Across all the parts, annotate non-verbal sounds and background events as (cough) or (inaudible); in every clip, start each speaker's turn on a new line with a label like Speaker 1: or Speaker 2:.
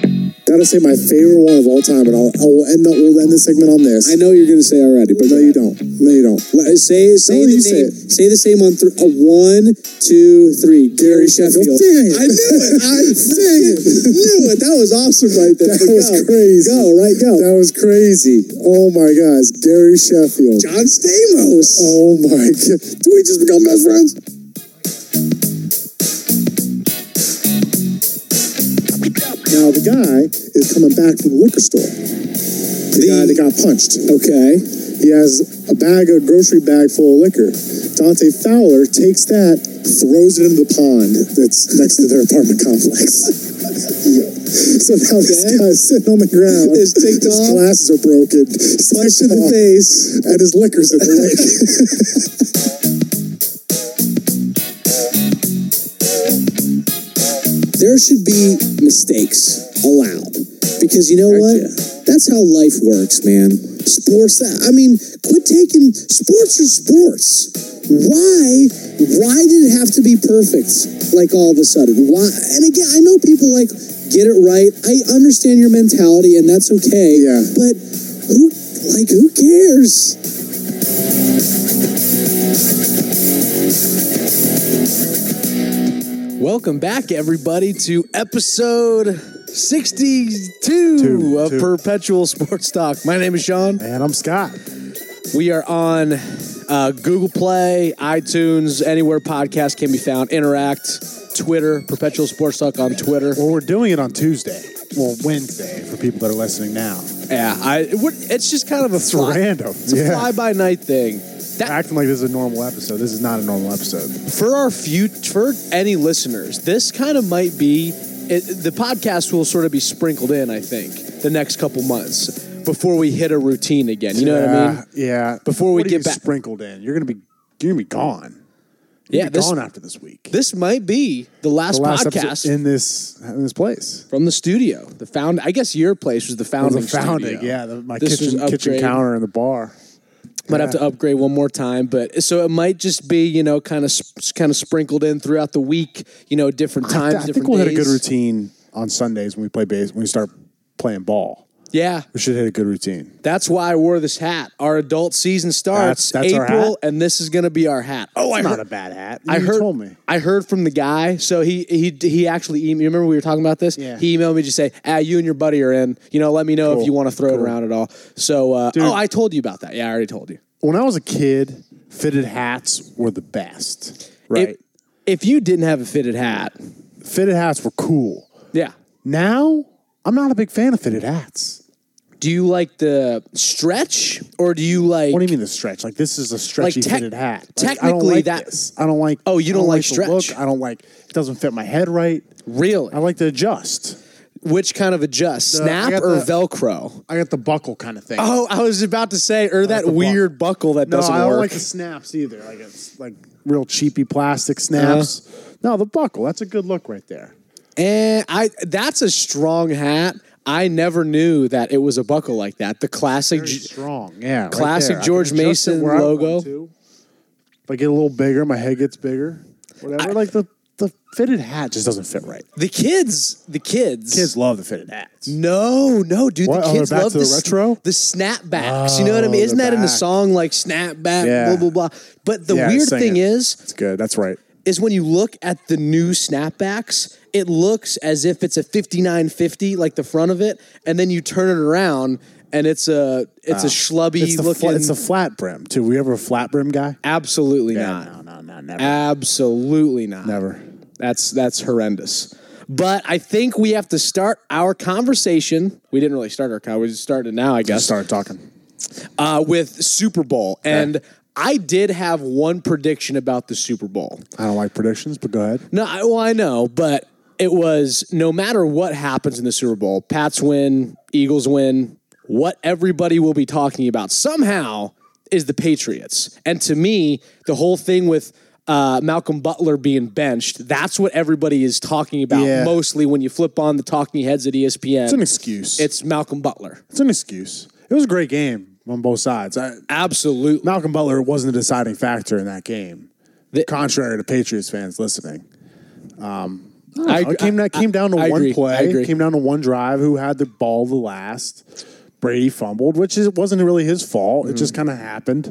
Speaker 1: gonna say my favorite one of all time, and I'll, I'll end the we'll end the segment on this.
Speaker 2: I know you're going to say already, but
Speaker 1: no, you don't. No, you don't. Let-
Speaker 2: Uh, Say say
Speaker 1: No,
Speaker 2: the
Speaker 1: you
Speaker 2: name.
Speaker 1: say
Speaker 2: Say,
Speaker 1: it.
Speaker 2: the same on th- uh, one, two, three. Gary Sheffield.
Speaker 1: Dang it.
Speaker 2: I knew it. (laughs) I
Speaker 1: Dang it.
Speaker 2: knew it. That was awesome right there.
Speaker 1: That
Speaker 2: But
Speaker 1: was
Speaker 2: go.
Speaker 1: crazy.
Speaker 2: Go right. Go.
Speaker 1: That was crazy. Oh my gosh, Gary Sheffield.
Speaker 2: John Stamos.
Speaker 1: Oh my (laughs) god. Do we just become best friends? Now the guy is coming back from the liquor store. The,
Speaker 2: The-
Speaker 1: guy that got punched.
Speaker 2: Okay.
Speaker 1: He has a bag, a grocery bag full of liquor. Dante Fowler takes that, throws it into the pond that's next to their apartment
Speaker 2: (laughs)
Speaker 1: complex. so now this
Speaker 2: Okay.
Speaker 1: guy's sitting on the ground.
Speaker 2: His ticked off.
Speaker 1: glasses are broken. He's
Speaker 2: Punch in
Speaker 1: ticked
Speaker 2: the
Speaker 1: off
Speaker 2: face.
Speaker 1: and his liquor's
Speaker 2: (laughs)
Speaker 1: in the lake.
Speaker 2: There should be mistakes allowed because you know what? That's how life works, man. Sports. That I mean, quit taking sports are sports. Why? Why did it have to be perfect? Like all of a sudden? Why? And again, I know people like get it right. I understand your mentality, and that's okay.
Speaker 1: Yeah.
Speaker 2: But who? Like who cares?
Speaker 3: Welcome back, everybody, to episode 62 of
Speaker 1: two.
Speaker 3: Perpetual Sports Talk. My name is Sean.
Speaker 1: And I'm Scott.
Speaker 3: We are on uh, Google Play, iTunes, anywhere podcast can be found. Interact, Twitter, Perpetual Sports Talk on Twitter.
Speaker 4: Well, we're doing it on Tuesday. Well, Wednesday for people that are listening now.
Speaker 3: Yeah, I, it would- it's just kind of a
Speaker 4: It's
Speaker 3: fly,
Speaker 4: random.
Speaker 3: It's a fly by night thing. That
Speaker 4: Acting like this is a normal episode. This is not a normal episode.
Speaker 3: for our few for any listeners, this kind of might be it, the podcast will sort of be sprinkled in. I think the next couple months before we hit a routine again. You know what I mean?
Speaker 4: Yeah.
Speaker 3: Before we
Speaker 4: What do you
Speaker 3: get back-
Speaker 4: sprinkled in, you're gonna be you're gonna be gone. You're
Speaker 3: Yeah,
Speaker 4: gonna be
Speaker 3: this-
Speaker 4: gone after this week.
Speaker 3: This might be the last,
Speaker 4: the last
Speaker 3: podcast
Speaker 4: episode in this in this place.
Speaker 3: from the studio. The found I guess your place was the founding.
Speaker 4: the founding,
Speaker 3: studio.
Speaker 4: yeah. The, my
Speaker 3: This was
Speaker 4: kitchen kitchen
Speaker 3: upgrade.
Speaker 4: counter and the bar.
Speaker 3: Might have to upgrade one more time, but so it might just be you know kind of kind of sprinkled in throughout the week. You know, different
Speaker 4: I,
Speaker 3: times.
Speaker 4: I think
Speaker 3: different
Speaker 4: we'll hit a
Speaker 3: days.
Speaker 4: good routine on Sundays when we play base when we start playing ball.
Speaker 3: Yeah,
Speaker 4: We should hit a good routine.
Speaker 3: That's why I wore this hat. Our adult season starts
Speaker 4: That's- that's our
Speaker 3: April,
Speaker 4: hat?
Speaker 3: and this is going to be our hat. Oh, I heard,
Speaker 4: bad hat.
Speaker 3: I
Speaker 4: You
Speaker 3: heard.
Speaker 4: told me.
Speaker 3: I heard from the guy. So he he he actually. em- You remember we were talking about this?
Speaker 4: Yeah.
Speaker 3: He emailed me to say, "Ah, you and your buddy are in. You know, let me know if
Speaker 4: Cool.
Speaker 3: you want to throw it
Speaker 4: Cool.
Speaker 3: around at all." So, uh, oh, I told you about that. Yeah, I already told you.
Speaker 4: when I was a kid, fitted hats were the best. Right.
Speaker 3: If, if you didn't have a fitted hat,
Speaker 4: fitted hats were cool.
Speaker 3: yeah.
Speaker 4: Now, I'm not a big fan of fitted hats.
Speaker 3: Do you like the stretch, or do you like?
Speaker 4: What do you mean the stretch? Like this is a stretchy
Speaker 3: tec-
Speaker 4: fitted hat. Like, I don't
Speaker 3: technically
Speaker 4: like
Speaker 3: that-
Speaker 4: this. I don't like.
Speaker 3: Oh, you
Speaker 4: I
Speaker 3: don't like
Speaker 4: the
Speaker 3: stretch.
Speaker 4: look. I don't like. It doesn't fit my head right.
Speaker 3: Really?
Speaker 4: I like to adjust.
Speaker 3: Which kind of adjust,
Speaker 4: I
Speaker 3: snap
Speaker 4: got
Speaker 3: or
Speaker 4: the-
Speaker 3: Velcro?
Speaker 4: I got the buckle kind of thing.
Speaker 3: Oh, I was about to say, or that
Speaker 4: the buckle.
Speaker 3: weird buckle that
Speaker 4: no,
Speaker 3: doesn't
Speaker 4: I don't
Speaker 3: work.
Speaker 4: like the snaps either. Like it's like real cheapy plastic snaps. Uh-huh. No, the buckle. That's a good look right there.
Speaker 3: and I that's a strong hat. I never knew that it was a buckle like that. The classic.
Speaker 4: Very
Speaker 3: G-
Speaker 4: strong. Yeah. right
Speaker 3: classic
Speaker 4: there. I can
Speaker 3: George
Speaker 4: adjust it
Speaker 3: Mason
Speaker 4: where I want
Speaker 3: logo.
Speaker 4: to. If I get a little bigger, my head gets bigger. Whatever. like the, the fitted hat just doesn't fit right.
Speaker 3: the kids, the kids,
Speaker 4: Kids love the fitted hats.
Speaker 3: No, no, dude.
Speaker 4: What?
Speaker 3: The
Speaker 4: Oh,
Speaker 3: kids
Speaker 4: they're back
Speaker 3: love
Speaker 4: to
Speaker 3: the,
Speaker 4: the retro?
Speaker 3: the snapbacks. you know what I mean?
Speaker 4: Oh,
Speaker 3: Isn't that
Speaker 4: they're
Speaker 3: in the
Speaker 4: back.
Speaker 3: song like snapback? Blah
Speaker 4: Yeah.
Speaker 3: blah blah. But the
Speaker 4: Yeah,
Speaker 3: weird
Speaker 4: sing
Speaker 3: thing
Speaker 4: it.
Speaker 3: is,
Speaker 4: That's good. That's right.
Speaker 3: is when you look at the new snapbacks, it looks as if it's a 5950, like the front of it, and then you turn it around and it's a it's a schlubby
Speaker 4: It's the, fla-
Speaker 3: looking.
Speaker 4: it's the flat brim, too. We ever a flat brim guy?
Speaker 3: absolutely
Speaker 4: Yeah,
Speaker 3: not.
Speaker 4: no, no, never.
Speaker 3: Absolutely not.
Speaker 4: never.
Speaker 3: That's that's horrendous. But I think we have to start our conversation. We didn't really start our conversation. We just started it now, I guess.
Speaker 4: Start talking.
Speaker 3: Uh, with Super Bowl, and I did have one prediction about the Super Bowl.
Speaker 4: I don't like predictions, but go ahead.
Speaker 3: No, I, well, I know, but it was no matter what happens in the Super Bowl, Pats win, Eagles win, what everybody will be talking about somehow is the Patriots. And to me, the whole thing with uh, Malcolm Butler being benched, that's what everybody is talking about
Speaker 4: Yeah.
Speaker 3: mostly when you flip on the talking heads at E ESPN.
Speaker 4: It's an excuse. It's,
Speaker 3: It's Malcolm Butler.
Speaker 4: an excuse. It was a great game on both sides. I,
Speaker 3: Absolutely.
Speaker 4: Malcolm Butler wasn't a deciding factor in that game,
Speaker 3: The-
Speaker 4: contrary to Patriots fans listening. Um, I, it came that came down to
Speaker 3: I
Speaker 4: one
Speaker 3: agree.
Speaker 4: play.
Speaker 3: I agree.
Speaker 4: Came down to one drive. Who had the ball the last? Brady fumbled, which is, wasn't really his fault. It
Speaker 3: Mm-hmm.
Speaker 4: just kind of happened.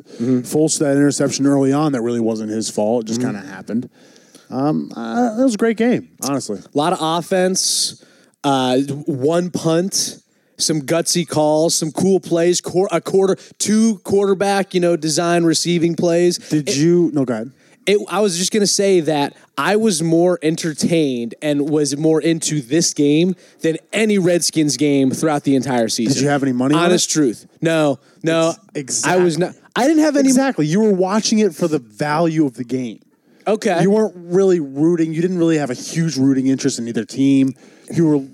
Speaker 4: Full that interception early on that really wasn't his fault. It just
Speaker 3: Mm-hmm.
Speaker 4: kind of happened. Um, uh, it was a great game, honestly.
Speaker 3: A lot of offense, uh, one punt, some gutsy calls, some cool plays, quar a quarter, two quarterback, you know, design receiving plays.
Speaker 4: Did you? No, go ahead.
Speaker 3: It, I was just going to say that I was more entertained and was more into this game than any Redskins game throughout the entire season.
Speaker 4: you have any money on
Speaker 3: Honest truth. No, no.
Speaker 4: Ex-
Speaker 3: I was not. I didn't have any.
Speaker 4: Exactly. You were watching it for the value of the game.
Speaker 3: Okay.
Speaker 4: You weren't really rooting. You didn't really have a huge rooting interest in either team. You were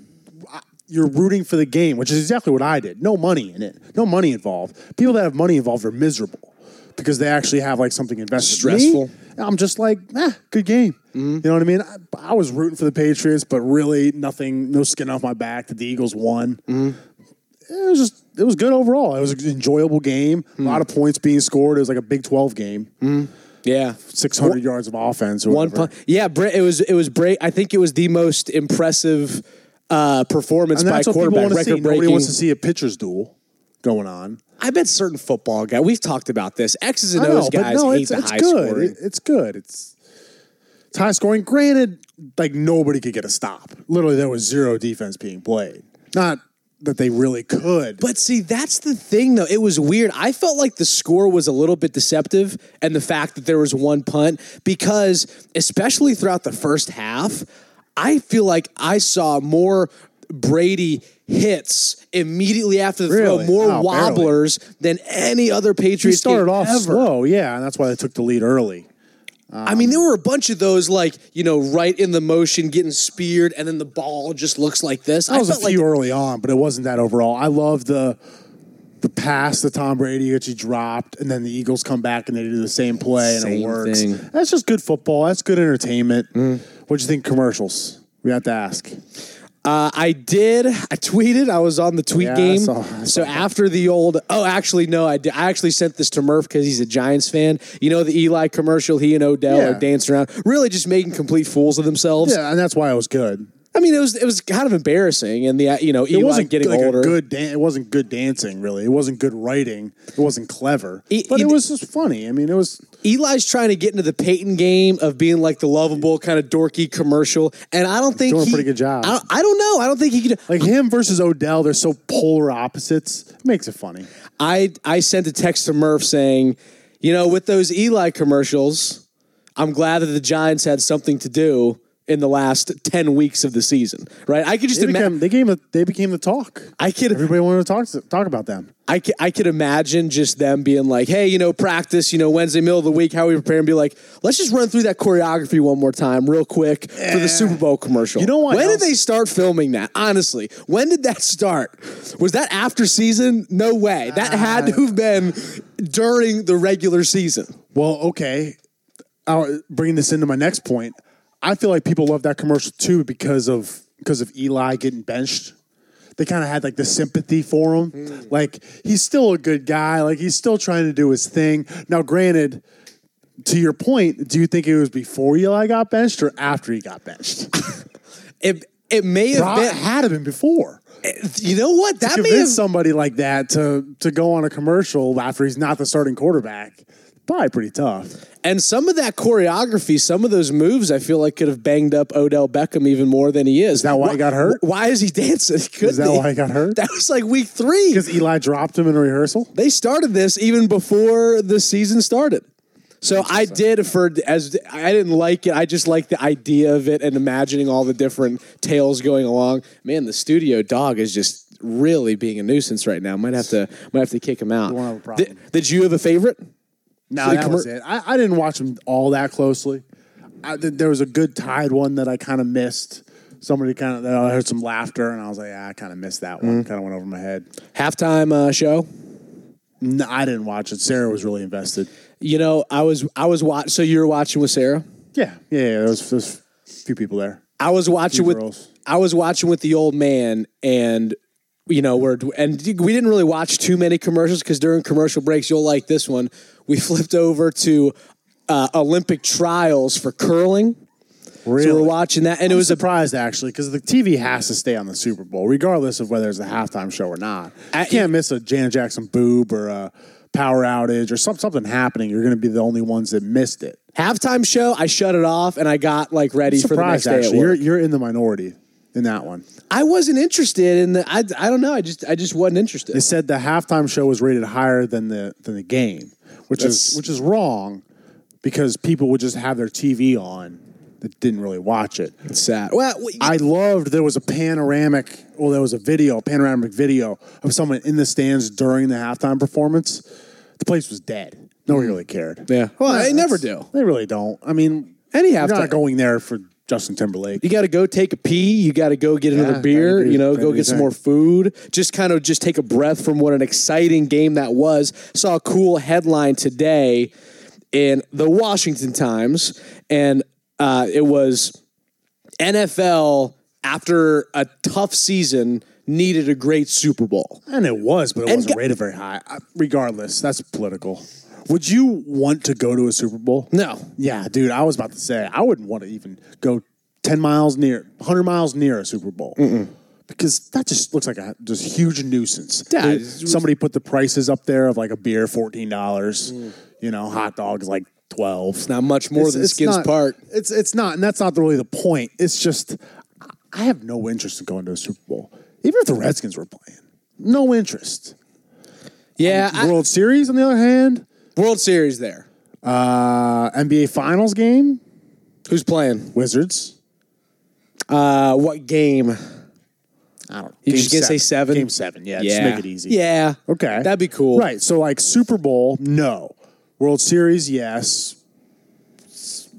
Speaker 4: you're rooting for the game, which is exactly what I did. No money in it. No money involved. People that have money involved are miserable because they actually have like something invested.
Speaker 3: Stressful. Mm-hmm.
Speaker 4: Me, I'm just like, ah, good game. You know what I mean? I, I was rooting for the Patriots, but really nothing, no skin off my back that the Eagles won.
Speaker 3: Mm-hmm.
Speaker 4: It was just, it was good overall. It was an enjoyable game.
Speaker 3: Mm-hmm.
Speaker 4: A lot of points being scored. It was like a Big 12 game.
Speaker 3: yeah.
Speaker 4: 600 yards of offense. Or
Speaker 3: Mm-hmm. One
Speaker 4: whatever.
Speaker 3: punt. Yeah, Bra- it was it was Bra- I think it was the most impressive uh, performance
Speaker 4: And
Speaker 3: by
Speaker 4: that's what people
Speaker 3: quarterback
Speaker 4: want to see.
Speaker 3: record
Speaker 4: Nobody
Speaker 3: breaking.
Speaker 4: wants to see a pitcher's duel going on.
Speaker 3: I bet certain football guy. We've talked about this. X's and
Speaker 4: I know,
Speaker 3: O's guys
Speaker 4: but no,
Speaker 3: hate
Speaker 4: it's,
Speaker 3: the
Speaker 4: it's
Speaker 3: high
Speaker 4: good.
Speaker 3: scoring.
Speaker 4: It- it's good. It's it's high scoring. Granted, like nobody could get a stop. Literally, there was zero defense being played. Not that they really could.
Speaker 3: But see, that's the thing, though. It was weird. I felt like the score was a little bit deceptive, and the fact that there was one punt, because especially throughout the first half, I feel like I saw more Brady hits immediately after the
Speaker 4: Really?
Speaker 3: throw, more
Speaker 4: Oh, barely.
Speaker 3: wobblers than any other
Speaker 4: he
Speaker 3: Patriots.
Speaker 4: started
Speaker 3: game
Speaker 4: off
Speaker 3: ever.
Speaker 4: slow, yeah, and that's why they took the lead early.
Speaker 3: I mean, there were a bunch of those, like you know, right in the motion, getting speared, and then the ball just looks like this.
Speaker 4: That was
Speaker 3: I
Speaker 4: a
Speaker 3: felt like
Speaker 4: few early on, but it wasn't that overall. I love the the pass to Tom Brady that he dropped, and then the Eagles come back and they do the same play, and
Speaker 3: Same
Speaker 4: it works.
Speaker 3: thing. Mm-hmm.
Speaker 4: That's just good football. That's good entertainment. What'd you think commercials? We have to ask.
Speaker 3: Uh, I did. I tweeted. I was on the tweet
Speaker 4: Yeah, I
Speaker 3: game.
Speaker 4: saw- I
Speaker 3: so after the old, oh, actually, no, I did. I actually sent this to Murph because he's a Giants fan. You know the Eli commercial. He and Odell
Speaker 4: Yeah.
Speaker 3: are dancing around, really just making complete fools of themselves.
Speaker 4: Yeah, and that's why it was good.
Speaker 3: I mean, it was it was kind of embarrassing, and the uh, you know
Speaker 4: It
Speaker 3: Eli
Speaker 4: wasn't
Speaker 3: getting
Speaker 4: like a
Speaker 3: older.
Speaker 4: good. Dan- it wasn't good dancing, really. It wasn't good writing. It wasn't clever,
Speaker 3: E-
Speaker 4: but
Speaker 3: e-
Speaker 4: it was just funny. I mean, it was.
Speaker 3: Eli's trying to get into the Peyton game of being like the lovable kind of dorky commercial, and I don't think
Speaker 4: Doing a
Speaker 3: he-
Speaker 4: pretty good job.
Speaker 3: I, I don't know. I don't think he could.
Speaker 4: Like him versus Odell, they're so polar opposites. It makes it funny.
Speaker 3: I I sent a text to Murph saying, you know, with those Eli commercials, I'm glad that the Giants had something to do in the last ten weeks of the season. Right? I could just
Speaker 4: They became,
Speaker 3: imagine.
Speaker 4: they, became a, they became the talk.
Speaker 3: I could,
Speaker 4: Everybody wanted to talk to, talk about them.
Speaker 3: I could, I could imagine just them being like, "Hey, you know, practice, you know, Wednesday middle of the week, how we prepare?" And be like, "Let's just run through that choreography one more time, real quick, for the Super Bowl commercial."
Speaker 4: You know what
Speaker 3: When
Speaker 4: else-
Speaker 3: did they start filming that? Honestly, when did that start? Was that after season? No way. That had to have been during the regular season.
Speaker 4: Well, okay. I'll, bringing this into my next point, I feel like people love that commercial too because of because of Eli getting benched. They kind of had like the sympathy for him. Like he's still a good guy. Like he's still trying to do his thing. Now, granted, to your point, do you think it was before Eli got benched or after he got benched?
Speaker 3: It it may have
Speaker 4: Probably
Speaker 3: been.
Speaker 4: had to been before.
Speaker 3: You know what? That may have.
Speaker 4: Convince somebody like that to to go on a commercial after he's not the starting quarterback. Probably pretty tough.
Speaker 3: And some of that choreography, some of those moves, I feel like could have banged up Odell Beckham even more than he is. Is
Speaker 4: that why he got hurt?
Speaker 3: Why is he dancing? Could
Speaker 4: Is that
Speaker 3: be.
Speaker 4: why he got hurt?
Speaker 3: That was like week three.
Speaker 4: Because Eli dropped him in rehearsal.
Speaker 3: They started this even before the season started. So I did for as I didn't like it. I just liked the idea of it and imagining all the different tales going along. Man, the studio dog is just really being a nuisance right now. Might have to might have to kick him out.
Speaker 4: won't have a problem.
Speaker 3: Did, did you have a favorite?
Speaker 4: No,
Speaker 3: So the
Speaker 4: that
Speaker 3: commer-
Speaker 4: was it. I, I didn't watch them all that closely. I, th- there was a good tied one that I kind of missed. Somebody kind of, I heard some laughter, and I was like, yeah, I kind of missed that one. Kind of went over my head.
Speaker 3: halftime uh, show.
Speaker 4: No, I didn't watch it. Sarah was really invested.
Speaker 3: You know, I was I was watch. So you were watching with Sarah.
Speaker 4: Yeah, yeah, yeah there was, there was a few people there.
Speaker 3: I was watching
Speaker 4: Few
Speaker 3: with
Speaker 4: girls.
Speaker 3: I was watching with the old man, and you know we're and we didn't really watch too many commercials because during commercial breaks you'll like this one. (laughs) We flipped over to uh, Olympic trials for curling. So
Speaker 4: Really?
Speaker 3: we're watching that, and it
Speaker 4: I
Speaker 3: was
Speaker 4: was
Speaker 3: a
Speaker 4: surprised actually because the TV has to stay on the Super Bowl, regardless of whether it's a halftime show or not.
Speaker 3: I-
Speaker 4: I can't miss a Janet Jackson boob or a power outage or some, something happening. You're going to be the only ones that missed it.
Speaker 3: halftime show. I shut it off, and I got like ready for the next
Speaker 4: Surprised
Speaker 3: day. At
Speaker 4: actually, you're
Speaker 3: work.
Speaker 4: you're in the minority in that one.
Speaker 3: I wasn't interested in the. I, I don't know. I just I just wasn't interested.
Speaker 4: It said the halftime show was rated higher than the than the game, which
Speaker 3: That's-
Speaker 4: is which is wrong because people would just have their TV on that didn't really watch it.
Speaker 3: It's sad. Well, w-
Speaker 4: I loved there was a panoramic, well, there was a video, panoramic video of someone in the stands during the halftime performance. The place was dead. No one really cared.
Speaker 3: Mm. Yeah. Well, they
Speaker 4: that's-
Speaker 3: never do.
Speaker 4: They really don't. I mean,
Speaker 3: Any
Speaker 4: you're
Speaker 3: halftime-
Speaker 4: not going there for Justin Timberlake.
Speaker 3: you got to go take a pee. You got to go get
Speaker 4: Yeah,
Speaker 3: another
Speaker 4: I
Speaker 3: beer.
Speaker 4: agree
Speaker 3: You know,
Speaker 4: with
Speaker 3: go
Speaker 4: everything.
Speaker 3: get some more food. Just kind of just take a breath from what an exciting game that was. Saw a cool headline today in the Washington Times, and uh, it was NFL after a tough season needed a great Super Bowl.
Speaker 4: And it was, but it
Speaker 3: ga-
Speaker 4: wasn't rated very high. I, regardless, that's political. Would you want to go to a Super Bowl?
Speaker 3: No,
Speaker 4: Yeah, dude, I was about to say I wouldn't want to even go ten miles near, hundred miles near a Super Bowl because that just looks like a just huge nuisance.
Speaker 3: Yeah,
Speaker 4: Dude,
Speaker 3: it's-
Speaker 4: somebody put the prices up there of like a beer fourteen dollars,
Speaker 3: Mm.
Speaker 4: you know, hot dogs like twelve. It's
Speaker 3: not much more than
Speaker 4: it's
Speaker 3: Skins
Speaker 4: not-
Speaker 3: Park.
Speaker 4: It's it's not, and that's not really the point. It's just I have no interest in going to a Super Bowl, even if the Redskins were playing. No interest.
Speaker 3: yeah, I-
Speaker 4: World Series, on the other hand,
Speaker 3: World Series there.
Speaker 4: uh, NBA Finals game,
Speaker 3: Who's playing?
Speaker 4: Wizards.
Speaker 3: Uh, what game?
Speaker 4: I don't.
Speaker 3: You just gonna say seven?
Speaker 4: Game seven. Yeah, Just make it easy.
Speaker 3: Yeah.
Speaker 4: Okay.
Speaker 3: That'd be cool.
Speaker 4: Right. So like Super Bowl, no. World Series, yes.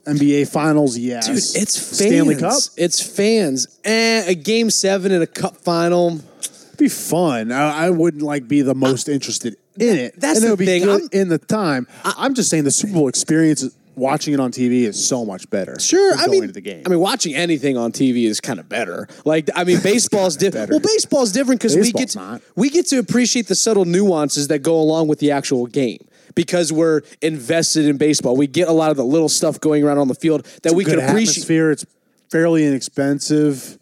Speaker 4: NBA Finals, yes.
Speaker 3: Dude, it's fans.
Speaker 4: Stanley Cup.
Speaker 3: It's fans. Eh, a game seven and a cup final.
Speaker 4: It'd be fun. I, I wouldn't like be the most interested in it.
Speaker 3: that's
Speaker 4: and
Speaker 3: the
Speaker 4: it would be
Speaker 3: thing,
Speaker 4: good
Speaker 3: I'm-
Speaker 4: in the time. I, am just saying the Super Bowl experience, watching it on TV, is so much better.
Speaker 3: Sure,
Speaker 4: than
Speaker 3: I
Speaker 4: going
Speaker 3: mean,
Speaker 4: to the game.
Speaker 3: I mean, watching anything on TV is kind of better. Like, I (laughs) mean, baseball's different. Well, baseball's different because we get
Speaker 4: Baseball's
Speaker 3: to,
Speaker 4: not.
Speaker 3: we get to appreciate the subtle nuances that go along with the actual game because we're invested in baseball. We get a lot of the little stuff going around on the field that we
Speaker 4: good
Speaker 3: can appreciate.
Speaker 4: atmosphere. It's fairly inexpensive.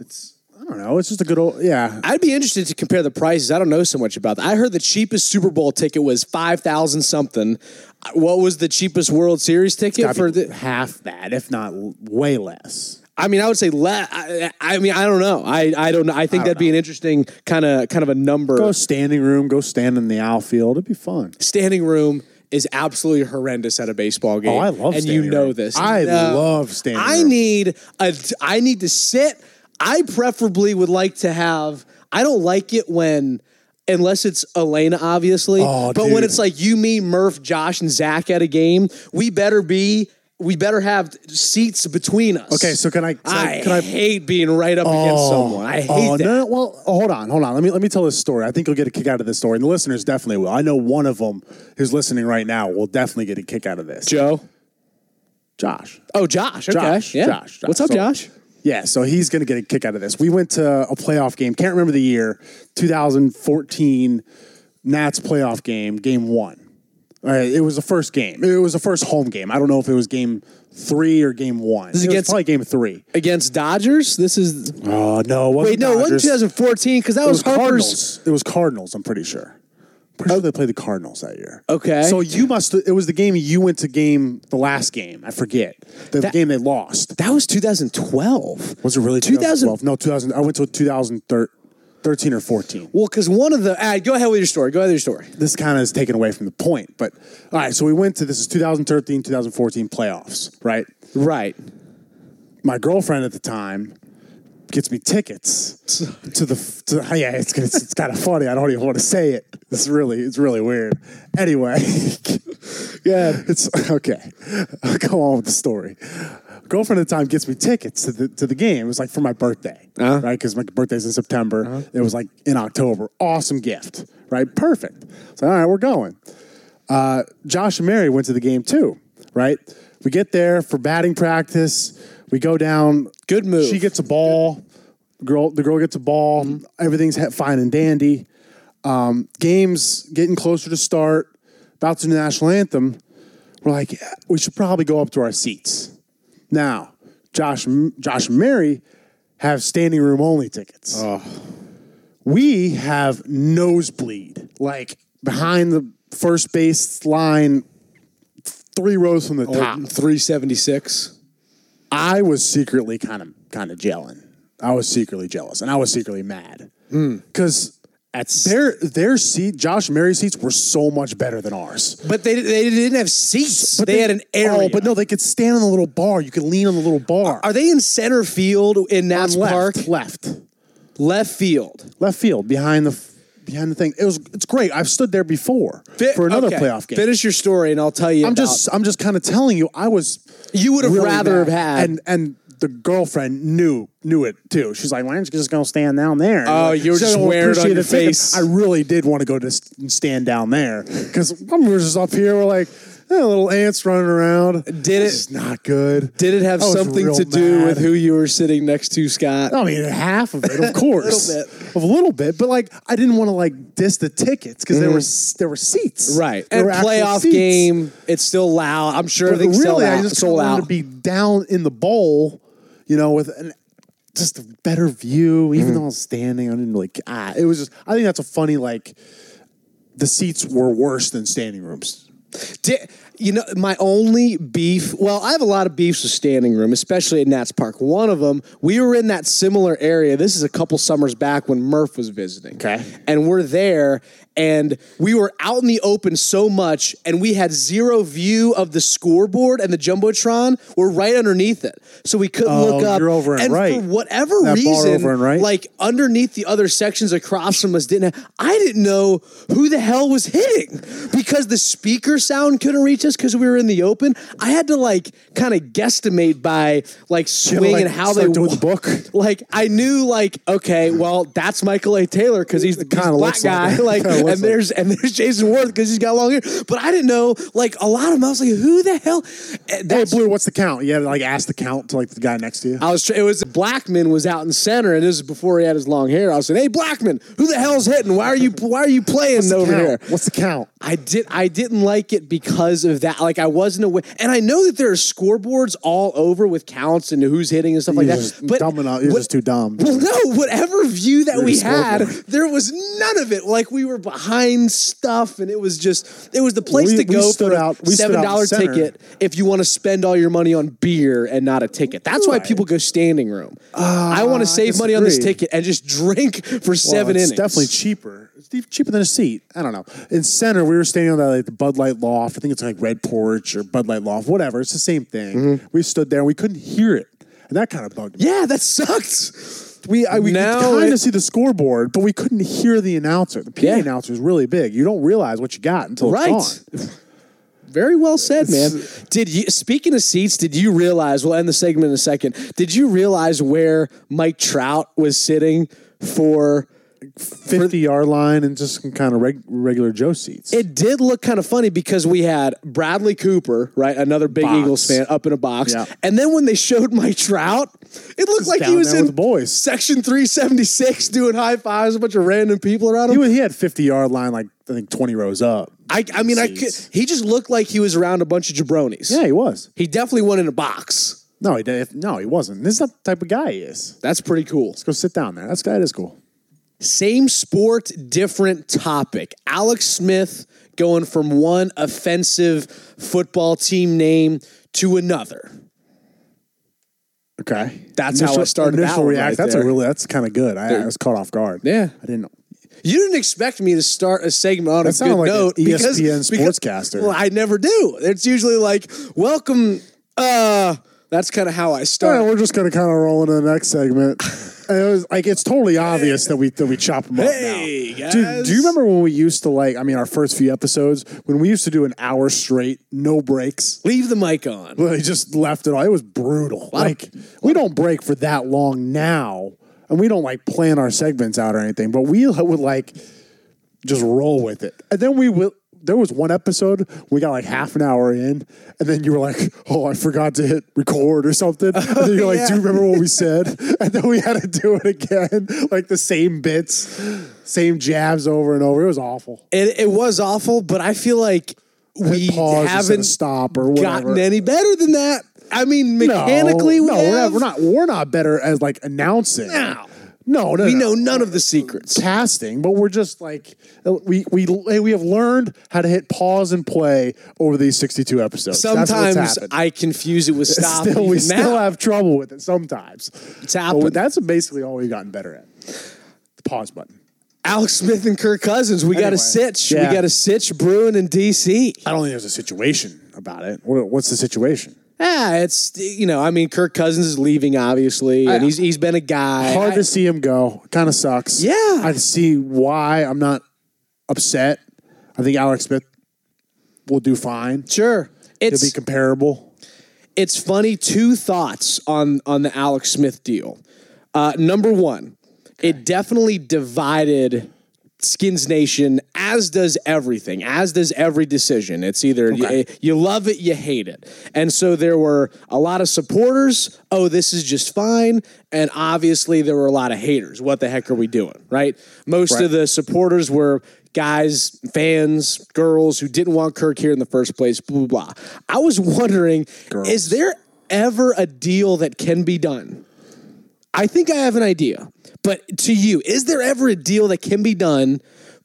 Speaker 4: It's I don't know. It's just a good old yeah.
Speaker 3: I'd be interested to compare the prices. I don't know so much about that. I heard the cheapest Super Bowl ticket was five thousand something. What was the cheapest World Series ticket
Speaker 4: Gotta
Speaker 3: for
Speaker 4: be
Speaker 3: the?
Speaker 4: half that, if not l- way less.
Speaker 3: I mean, I would say le- I, I mean, I don't know. I, I don't know. I think that'd be an interesting kind of kind of a number.
Speaker 4: Go standing room. Go stand in the outfield. It'd be fun.
Speaker 3: standing room is absolutely horrendous at a baseball game.
Speaker 4: Oh, I love
Speaker 3: and you
Speaker 4: standing
Speaker 3: know
Speaker 4: room.
Speaker 3: this.
Speaker 4: I
Speaker 3: No.
Speaker 4: love standing
Speaker 3: I
Speaker 4: room.
Speaker 3: need a. I need to sit. I preferably would like to have. I don't like it when. Unless it's Elena, obviously.
Speaker 4: Oh,
Speaker 3: but when
Speaker 4: dude.
Speaker 3: it's like you, me, Murph, Josh, and Zach at a game, we better be, we better have seats between us.
Speaker 4: Okay, so can I- can I-
Speaker 3: I,
Speaker 4: can I-
Speaker 3: hate being right up against someone. I hate
Speaker 4: oh,
Speaker 3: that.
Speaker 4: No, well, hold on, hold on. Let me let me tell this story. I think you'll get a kick out of this story, and the listeners definitely will. I know one of them who's listening right now will definitely get a kick out of this.
Speaker 3: Joe.
Speaker 4: Josh.
Speaker 3: Oh, Josh. Okay.
Speaker 4: Josh,
Speaker 3: yeah.
Speaker 4: Josh, Josh.
Speaker 3: What's up,
Speaker 4: So-
Speaker 3: Josh?
Speaker 4: Yeah, so he's going to get a kick out of this. We went to a playoff game, can't remember the year, 2014 Nats playoff game, game one. All right, it was the first game. It was the first home game. I don't know if it was game three or game one. This
Speaker 3: is
Speaker 4: it was
Speaker 3: against-
Speaker 4: probably game three.
Speaker 3: Against Dodgers. This is
Speaker 4: Oh, no. It wasn't
Speaker 3: Wait, no, it wasn't
Speaker 4: Dodgers.
Speaker 3: 2014 because that
Speaker 4: It
Speaker 3: was,
Speaker 4: was
Speaker 3: Harper's.
Speaker 4: Cardinals. It was Cardinals, I'm pretty sure. Pretty sure they played the Cardinals that year.
Speaker 3: Okay.
Speaker 4: So you must, it was the game you went to game, the last game. I forget. The
Speaker 3: That-
Speaker 4: game they lost.
Speaker 3: That was 2012.
Speaker 4: Was it really
Speaker 3: 2000?
Speaker 4: 2012? No, 2000. I went to 2013 or 14.
Speaker 3: Well, because one of the. All right, go ahead with your story. Go ahead with your story.
Speaker 4: This kind of is taken away from the point. But all right, so we went to this is 2013, 2014 playoffs, right?
Speaker 3: Right.
Speaker 4: My girlfriend at the time gets me tickets to the to, yeah it's it's, it's kind of funny i don't even want to say it it's really it's really weird anyway yeah it's okay i'll go on with the story girlfriend at the time gets me tickets to the to the game it was like for my birthday right because my birthday's in september it was like in october awesome gift right perfect so all right we're going uh, josh and mary went to the game too right we get there for batting practice we go down
Speaker 3: Good move.
Speaker 4: she gets a ball. Girl, the girl gets a ball. Everything's he- fine and dandy. Um, games getting closer to start. About to the national anthem. We're like, "Yeah, we should probably go up to our seats. Now, Josh, Josh, and Mary have standing room only tickets. We have nosebleed, like behind the first base line, three rows from the
Speaker 3: Oh,
Speaker 4: top.
Speaker 3: 376.
Speaker 4: I was secretly kind of kind of gelling. I was secretly jealous, and I was secretly mad
Speaker 3: Hmm.
Speaker 4: because their their seat, Josh and Mary's seats, were so much better than ours.
Speaker 3: But they, they didn't have seats. they, had an area.
Speaker 4: Oh, but no, they could stand on the little bar. You could lean on the little bar.
Speaker 3: Are they in center field in Nats
Speaker 4: On left,
Speaker 3: Park?
Speaker 4: left,
Speaker 3: Left field.
Speaker 4: left field behind the behind the thing. It was it's great. I've stood there before for another
Speaker 3: okay.
Speaker 4: playoff game.
Speaker 3: Finish your story and I'll tell you.
Speaker 4: I'm
Speaker 3: about-
Speaker 4: just I'm just kind of telling you. I was
Speaker 3: You would have
Speaker 4: really
Speaker 3: rather have
Speaker 4: bad.
Speaker 3: had.
Speaker 4: and and. The girlfriend knew knew it too. She's like, "Why aren't you just gonna stand down there?"
Speaker 3: Oh,
Speaker 4: Like,
Speaker 3: you were
Speaker 4: she
Speaker 3: just
Speaker 4: doesn't
Speaker 3: wearing it on
Speaker 4: appreciate
Speaker 3: your
Speaker 4: the ticket.
Speaker 3: face.
Speaker 4: I really did want to go to st- stand down there because when we were just up here, we're like eh, little ants running around.
Speaker 3: Did it-
Speaker 4: This is not good.
Speaker 3: did it have
Speaker 4: I was
Speaker 3: something
Speaker 4: real
Speaker 3: to do
Speaker 4: mad.
Speaker 3: with who you were sitting next to, Scott?
Speaker 4: I mean, half of it,
Speaker 3: (laughs)
Speaker 4: of course,
Speaker 3: Little
Speaker 4: of a little bit, but like I didn't want to like diss the tickets because there were s- there were seats,
Speaker 3: Mm-hmm. Right.
Speaker 4: There
Speaker 3: And
Speaker 4: were actual
Speaker 3: playoff
Speaker 4: seats.
Speaker 3: game. It's still loud. I'm sure
Speaker 4: But
Speaker 3: they sell
Speaker 4: really,
Speaker 3: out,
Speaker 4: I just kinda
Speaker 3: sold
Speaker 4: wanted to
Speaker 3: out.
Speaker 4: be down in the bowl, you know, with an, just a better view. Even though I
Speaker 3: Mm.
Speaker 4: was standing, I didn't really. ca- Ah, it was just. I think that's a funny like. The seats were worse than standing rooms.
Speaker 3: Di- you know, my only beef. Well, I have a lot of beefs with standing room, especially at Nats Park. One of them, we were in that similar area. This is a couple summers back when Murph was visiting.
Speaker 4: Okay.
Speaker 3: and we're there, and we were out in the open so much, and we had zero view of the scoreboard and the jumbotron. We're right underneath it, so we couldn't
Speaker 4: Oh,
Speaker 3: look up.
Speaker 4: you're over and right.
Speaker 3: for whatever
Speaker 4: That bar
Speaker 3: reason,
Speaker 4: over and right?
Speaker 3: like underneath the other sections across from us didn't have, I didn't know who the hell was hitting because the speaker sound couldn't reach us because we were in the open. I had to like kind of guesstimate by like
Speaker 4: You
Speaker 3: swing
Speaker 4: know, like,
Speaker 3: and how
Speaker 4: start
Speaker 3: they
Speaker 4: doing
Speaker 3: wa-
Speaker 4: the book.
Speaker 3: Like I knew like okay, well that's Michael A. Taylor because he's the
Speaker 4: Kinda
Speaker 3: he's black
Speaker 4: looks like
Speaker 3: guy.
Speaker 4: it.
Speaker 3: (laughs) Like
Speaker 4: Kinda
Speaker 3: and
Speaker 4: looks like
Speaker 3: there's and there's Jason Worth because he's got long hair. But I didn't know like a lot of them. I was like, who the hell? Eh,
Speaker 4: Hey,
Speaker 3: (laughs) That's
Speaker 4: Blue, what's the count? You had to like ask the count to like the guy next to you.
Speaker 3: I was. It was Blackman was out in center, and this is before he had his long hair. I was saying, "Hey, Blackman, who the hell's hitting? Why are you? Why are you playing
Speaker 4: What's the
Speaker 3: over
Speaker 4: count?
Speaker 3: here?"
Speaker 4: What's the count?
Speaker 3: I did. I didn't like it because of that. Like I wasn't aware, and I know that there are scoreboards all over with counts and who's hitting and stuff like
Speaker 4: You're
Speaker 3: that.
Speaker 4: just
Speaker 3: but
Speaker 4: dumb enough. You're just too dumb.
Speaker 3: Well, no. Whatever view that we
Speaker 4: just
Speaker 3: had,
Speaker 4: scoreboard.
Speaker 3: there was none of it. Like we were behind stuff, and it was just. It was the place to
Speaker 4: We- we
Speaker 3: go
Speaker 4: stood
Speaker 3: for
Speaker 4: out-
Speaker 3: a
Speaker 4: we stood
Speaker 3: seven
Speaker 4: out in
Speaker 3: dollar
Speaker 4: center.
Speaker 3: ticket if you want to spend all your money on beer and not a ticket. That's why
Speaker 4: Right. Ah,
Speaker 3: people go standing room. I want to save money on this
Speaker 4: disagree.
Speaker 3: ticket and just drink for
Speaker 4: Well,
Speaker 3: seven
Speaker 4: it's
Speaker 3: innings.
Speaker 4: definitely cheaper. It's de- cheaper than a seat. I don't know. In center, we were standing on that like the Bud Light Loft. I think it's like Red Porch or Bud Light Loft, whatever. It's the same thing. We stood there and we couldn't hear it, and that kind of bugged me.
Speaker 3: Yeah, that sucked. We I,
Speaker 4: We
Speaker 3: now
Speaker 4: could kind
Speaker 3: it-
Speaker 4: of see the scoreboard, but we couldn't hear the announcer. The PA
Speaker 3: Yeah.
Speaker 4: announcer is really big. You don't realize what you got until
Speaker 3: right.
Speaker 4: it's gone.
Speaker 3: Very well said, man. Did you speaking of seats? Did you realize? We'll end the segment in a second. Did you realize where Mike Trout was sitting for?
Speaker 4: Fifty yard line and just some kind of reg- regular Joe seats.
Speaker 3: It did look kind of funny because we had Bradley Cooper, right, another big
Speaker 4: Box.
Speaker 3: Eagles fan, up in a box,
Speaker 4: Yeah.
Speaker 3: and then when they showed Mike Trout, it looked like he
Speaker 4: down
Speaker 3: was
Speaker 4: there
Speaker 3: in
Speaker 4: with the boys.
Speaker 3: section three seventy six doing high fives, a bunch of random people around him.
Speaker 4: he, was- he had fifty yard line like I think twenty rows up.
Speaker 3: I, I mean, I could,
Speaker 4: Seats.
Speaker 3: he just looked like he was around a bunch of jabronis.
Speaker 4: Yeah, he was.
Speaker 3: He definitely went in a box.
Speaker 4: No, he did. No, he wasn't. This is not the type of guy he is.
Speaker 3: That's pretty cool.
Speaker 4: Go sit down there. That's that is cool.
Speaker 3: Same sport, different topic. Alex Smith going from one offensive football team name to another.
Speaker 4: Okay,
Speaker 3: That's how I started that
Speaker 4: Initial
Speaker 3: one
Speaker 4: react.
Speaker 3: right
Speaker 4: that's
Speaker 3: there.
Speaker 4: a really that's kind of good. I, I was caught off guard.
Speaker 3: Yeah.
Speaker 4: I didn't. know.
Speaker 3: You didn't expect me to start a segment on a good
Speaker 4: sounded like an E
Speaker 3: note because
Speaker 4: ESPN
Speaker 3: because-
Speaker 4: sportscaster.
Speaker 3: well, I never do. It's usually like, "Welcome." Uh, that's kind of how I
Speaker 4: All
Speaker 3: start.
Speaker 4: right, we're just gonna kind of roll into the next (laughs) segment. And it was like it's totally obvious that we that we chop them up
Speaker 3: Hey,
Speaker 4: now.
Speaker 3: guys.
Speaker 4: Dude, do you remember when we used to like? I mean, our first few episodes when we used to do an hour straight, no breaks.
Speaker 3: Leave the mic on.
Speaker 4: (laughs) Well, he just left it all. It was brutal.
Speaker 3: Lot of-
Speaker 4: Like we don't break for that long now, and we don't like plan our segments out or anything. But we (laughs) would like just roll with it, and then we will. There was one episode we got like half an hour in, and then you were like, (laughs) "Oh, I forgot to hit record
Speaker 3: (laughs)
Speaker 4: or something." and then you're like, "Do you
Speaker 3: yeah.
Speaker 4: remember
Speaker 3: (laughs)
Speaker 4: what we said?" and then we had to do it again, (laughs) like the same bits, same jabs over and over. It was awful.
Speaker 3: It, it was awful, but I feel like we
Speaker 4: Pause instead of
Speaker 3: haven't
Speaker 4: stop or whatever.
Speaker 3: gotten any better than that. I mean, mechanically,
Speaker 4: no,
Speaker 3: we
Speaker 4: no, we're
Speaker 3: have-
Speaker 4: not, we're not. We're not better as like announcing.
Speaker 3: No.
Speaker 4: no, no.
Speaker 3: We know
Speaker 4: no.
Speaker 3: none of the secrets.
Speaker 4: casting, but we're just like uh, we we we have learned how to hit pause and play over these sixty-two episodes. That's what's
Speaker 3: Sometimes
Speaker 4: happened. (laughs)
Speaker 3: I confuse it with stop.
Speaker 4: still, we
Speaker 3: even now.
Speaker 4: still have trouble with it sometimes.
Speaker 3: It's happened.
Speaker 4: But that's basically all we've gotten better at. The pause button.
Speaker 3: Alex Smith and Kirk Cousins. We got
Speaker 4: Anyway,
Speaker 3: a sitch.
Speaker 4: yeah.
Speaker 3: We got a sitch brewing in DC.
Speaker 4: I don't think there's a situation about it. What, what's the situation?
Speaker 3: Ah, it's you know, I mean, Kirk Cousins is leaving obviously, and
Speaker 4: I-
Speaker 3: he's he's been a guy.
Speaker 4: Hard
Speaker 3: I-
Speaker 4: to see him go. Kind of sucks.
Speaker 3: Yeah.
Speaker 4: I see why. I'm not upset. I think Alex Smith will do fine.
Speaker 3: sure.
Speaker 4: He'll be
Speaker 3: It's
Speaker 4: comparable.
Speaker 3: it's funny. Two thoughts on on the Alex Smith deal. Uh, number one, it definitely divided Skins Nation, as does everything, as does every decision. It's either you, you love it, you hate it, and so there were a lot of supporters. Oh, this is just fine, and obviously there were a lot of haters. What the heck are we doing, right? Most of the supporters were guys, fans, girls who didn't want Kirk here in the first place, blah, blah, blah. I was wondering, is there ever a deal that can be done? I think I have an idea, but to you, is there ever a deal that can be done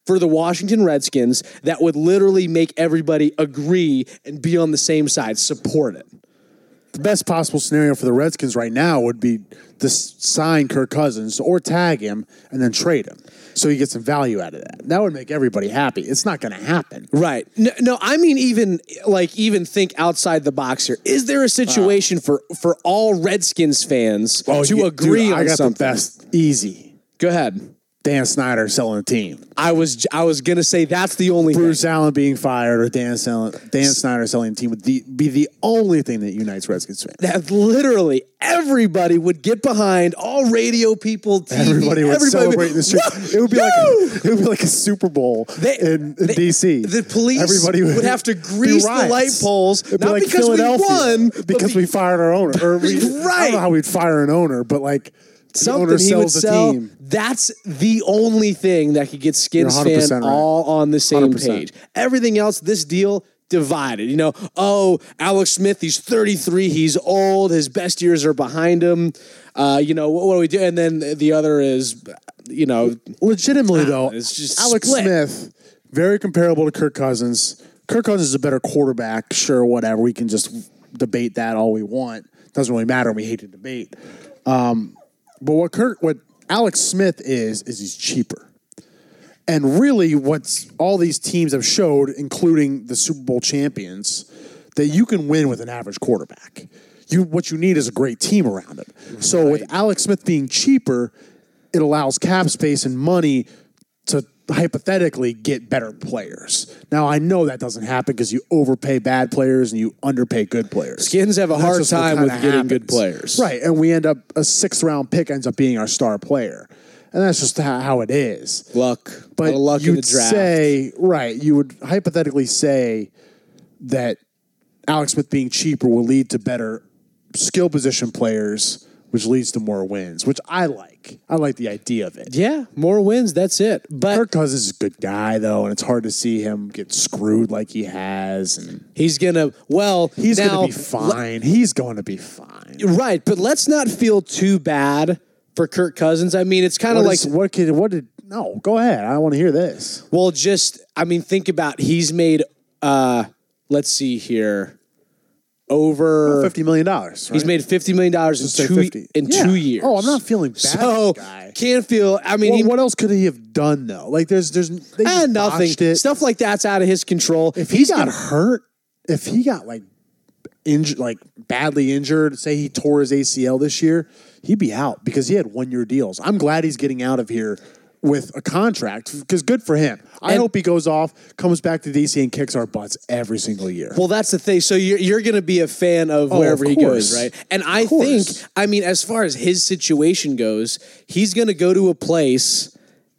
Speaker 3: for the Washington Redskins that would literally make everybody agree and be on the same side, support it?
Speaker 4: the best possible scenario for the Redskins right now would be to s- sign Kirk Cousins or tag him and then trade him. So you get some value out of that. That would make everybody happy. It's not going to happen.
Speaker 3: Right. No, no, I mean even like even think outside the box here. Is there
Speaker 4: Uh.
Speaker 3: a situation for for all Redskins fans to
Speaker 4: Oh, yeah,
Speaker 3: agree
Speaker 4: dude,
Speaker 3: on
Speaker 4: I got
Speaker 3: something?
Speaker 4: the best easy.
Speaker 3: Go ahead.
Speaker 4: Dan Snyder selling a team.
Speaker 3: I was I was gonna say that's the only thing.
Speaker 4: Bruce Allen being fired or Dan, sell- Dan Snyder selling a team would the- be the only thing that unites Redskins fans.
Speaker 3: that literally everybody would get behind all radio people. TV,
Speaker 4: (laughs) Everybody would celebrate in
Speaker 3: (laughs)
Speaker 4: the street.
Speaker 3: Woo!
Speaker 4: It would be like
Speaker 3: Yo!
Speaker 4: a, it would be like a Super Bowl
Speaker 3: They-
Speaker 4: in, in
Speaker 3: they-
Speaker 4: DC.
Speaker 3: The police
Speaker 4: Everybody
Speaker 3: would,
Speaker 4: would,
Speaker 3: have to
Speaker 4: do
Speaker 3: grease the
Speaker 4: riots.
Speaker 3: light poles,
Speaker 4: It'd be
Speaker 3: not
Speaker 4: like
Speaker 3: because we
Speaker 4: Philadelphia,
Speaker 3: won, but
Speaker 4: because we fired our owner. Or we,
Speaker 3: (laughs)
Speaker 4: I
Speaker 3: Right.
Speaker 4: don't know how we'd fire an owner, but like the
Speaker 3: something
Speaker 4: owner
Speaker 3: he would
Speaker 4: sells the
Speaker 3: sell.
Speaker 4: team.
Speaker 3: That's the only thing that could get Skins
Speaker 4: You're
Speaker 3: fan
Speaker 4: 100% right.
Speaker 3: all on the same
Speaker 4: 100%.
Speaker 3: page. Everything else, this deal divided. You know, oh, Alex Smith, he's 33, he's old, his best years are behind him. Uh, you know, what, what do we do? And then the other is, you know,
Speaker 4: Legitimately though,
Speaker 3: Ah, it's just
Speaker 4: Alex
Speaker 3: split.
Speaker 4: Smith, very comparable to Kirk Cousins. Kirk Cousins is a better quarterback, sure, whatever. We can just debate that all we want. Doesn't really matter. We hate to debate. Um, but what Kirk, what Alex Smith is, is he's cheaper. And really, what's all these teams have showed, including the Super Bowl champions, that you can win with an average quarterback. You what you need is a great team around it. So with Alex Smith being cheaper, it allows cap space and money to hypothetically get better players. Now I know that doesn't happen because you overpay bad players and you underpay good players.
Speaker 3: Skins have a
Speaker 4: That's
Speaker 3: hard
Speaker 4: just what
Speaker 3: time
Speaker 4: kinda
Speaker 3: with getting good
Speaker 4: happens.
Speaker 3: players.
Speaker 4: Right. And we end up a sixth round pick ends up being our star player. And that's just how, how it is
Speaker 3: luck, a
Speaker 4: but
Speaker 3: lot of luck
Speaker 4: you'd
Speaker 3: in the draft.
Speaker 4: say right. You would hypothetically say that Alex Smith being cheaper will lead to better skill position players, which leads to more wins. Which I like. I like the idea of it.
Speaker 3: yeah, more wins. That's it. But
Speaker 4: Kirk Cousins is a good guy though, and it's hard to see him get screwed like he has. And
Speaker 3: he's gonna. Well,
Speaker 4: he's
Speaker 3: now-
Speaker 4: going to be fine. he's going to be fine.
Speaker 3: Right, but let's not feel too bad for Kirk Cousins. I mean, it's kind of
Speaker 4: What
Speaker 3: like
Speaker 4: is- what could what did no? Go ahead. I want to hear this.
Speaker 3: well, just I mean, think about he's made. uh Let's see here, over.
Speaker 4: Fifty million dollars.
Speaker 3: He's made fifty million dollars in
Speaker 4: say
Speaker 3: two
Speaker 4: 50.
Speaker 3: in
Speaker 4: Yeah.
Speaker 3: two years.
Speaker 4: Oh, I'm not feeling bad
Speaker 3: So
Speaker 4: for the guy.
Speaker 3: can't feel. I mean,
Speaker 4: Well,
Speaker 3: he,
Speaker 4: what else could he have done though? Like there's there's they
Speaker 3: eh,
Speaker 4: just
Speaker 3: nothing.
Speaker 4: botched It.
Speaker 3: Stuff like that's out of his control.
Speaker 4: if he got hurt, if he got like injured, like badly injured, say he tore his ACL this year, he'd be out because he had one year deals. I'm glad he's getting out of here with a contract because good for him. I
Speaker 3: And-
Speaker 4: hope he goes off, comes back to DC, and kicks our butts every single year.
Speaker 3: Well, that's the thing. So you're, you're going to be a fan of wherever
Speaker 4: Oh, of
Speaker 3: he goes,
Speaker 4: course.
Speaker 3: right? And I think,
Speaker 4: course.
Speaker 3: I mean, as far as his situation goes, he's going to go to a place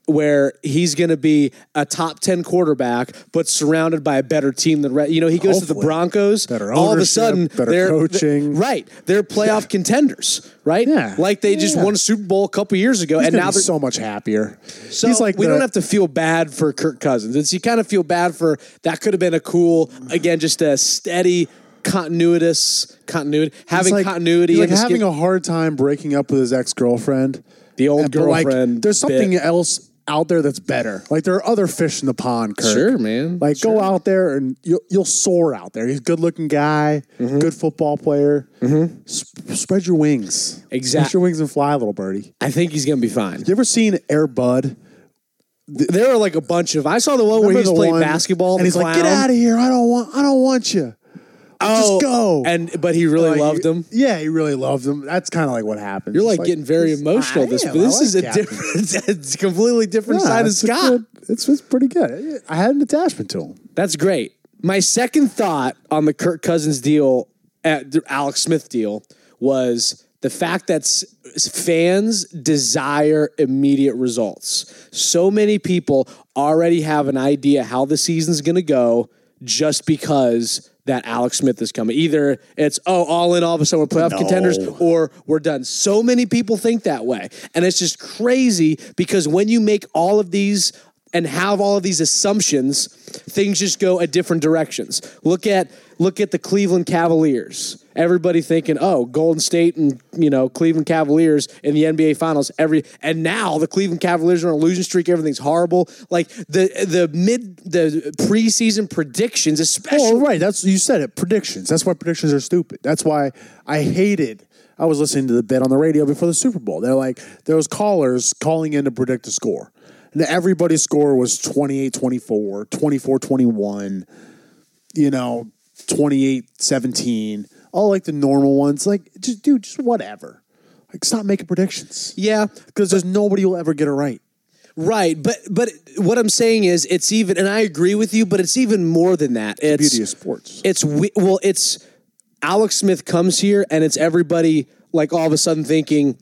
Speaker 3: where he's going to be a top 10 quarterback, but surrounded by a better team than, Re- you know, he goes to the
Speaker 4: Hopefully.
Speaker 3: Broncos.
Speaker 4: Better
Speaker 3: all of a
Speaker 4: ownership,
Speaker 3: sudden,
Speaker 4: better
Speaker 3: they're,
Speaker 4: coaching.
Speaker 3: right. They're playoff contenders, right?
Speaker 4: Yeah.
Speaker 3: Like they just
Speaker 4: Yeah.
Speaker 3: won a Super Bowl a couple years ago.
Speaker 4: he's
Speaker 3: and
Speaker 4: gonna
Speaker 3: now
Speaker 4: be
Speaker 3: they're
Speaker 4: so much happier.
Speaker 3: so
Speaker 4: he's like
Speaker 3: we
Speaker 4: the-
Speaker 3: don't have to feel bad for Kirk Cousins. It's you kind of feel bad for that could have been a cool again, just a steady continuous continuity, having
Speaker 4: It's like-
Speaker 3: continuity,
Speaker 4: he's
Speaker 3: in
Speaker 4: like
Speaker 3: the
Speaker 4: having
Speaker 3: skit-
Speaker 4: a hard time breaking up with his ex girlfriend.
Speaker 3: The old girlfriend
Speaker 4: Like, there's something
Speaker 3: bit.
Speaker 4: else out there that's better. Like there are other fish in the pond. Kirk.
Speaker 3: Sure, man.
Speaker 4: Like go out there and you'll you'll soar out there. He's a good looking guy,
Speaker 3: Mm-hmm.
Speaker 4: good football player. Sp- spread your wings.
Speaker 3: Exact-
Speaker 4: Spread your wings and fly, little birdie.
Speaker 3: I think he's gonna be fine.
Speaker 4: You ever seen Air Bud?
Speaker 3: There are like a bunch of. I saw the one where
Speaker 4: Remember
Speaker 3: he's
Speaker 4: the
Speaker 3: playing
Speaker 4: one-
Speaker 3: basketball.
Speaker 4: and he's like, "Get out of here! I don't want, I don't want you. Just
Speaker 3: Oh,
Speaker 4: go."
Speaker 3: And but he really
Speaker 4: Like,
Speaker 3: loved him.
Speaker 4: Yeah, he really loved him. That's kind of like what happened.
Speaker 3: You're like, getting very emotional.
Speaker 4: I
Speaker 3: This
Speaker 4: am.
Speaker 3: this
Speaker 4: I like
Speaker 3: is a
Speaker 4: Captain.
Speaker 3: different, (laughs) it's a completely different side of Scott.
Speaker 4: It's, it's pretty good. I had an attachment to him.
Speaker 3: That's great. My second thought on the Kirk Cousins deal, uh, the Alex Smith deal, was the fact that s- fans desire immediate results. So many people already have an idea how the season's going to go just because that Alex Smith is coming. Either it's, oh, all in, all of a sudden we're playoff contenders, or we're done. So many people think that way. And it's just crazy because when you make all of these and have all of these assumptions, things just go a different directions. Look at look at the Cleveland Cavaliers. Everybody thinking, "Oh, Golden State and, you know, Cleveland Cavaliers in the NBA finals every and now the Cleveland Cavaliers are on a losing streak, everything's horrible." Like the the mid the preseason predictions especially
Speaker 4: Oh, right. That's you said it. Predictions. That's why predictions are stupid. That's why I hated. I was listening to the bit on the radio before the Super Bowl. They're like, there was callers calling in to predict the score. And everybody's score was 28-24, 24-21, you know, 28-17. All like the normal ones. Like, just dude, just whatever. Like, stop making predictions.
Speaker 3: Yeah,
Speaker 4: Because there's nobody will ever get it right.
Speaker 3: right. But but what I'm saying is it's even and I agree with you, but it's even more than that. It's
Speaker 4: Beauty of sports.
Speaker 3: it's we- well, it's Alex Smith comes here, and it's everybody like all of a sudden thinking,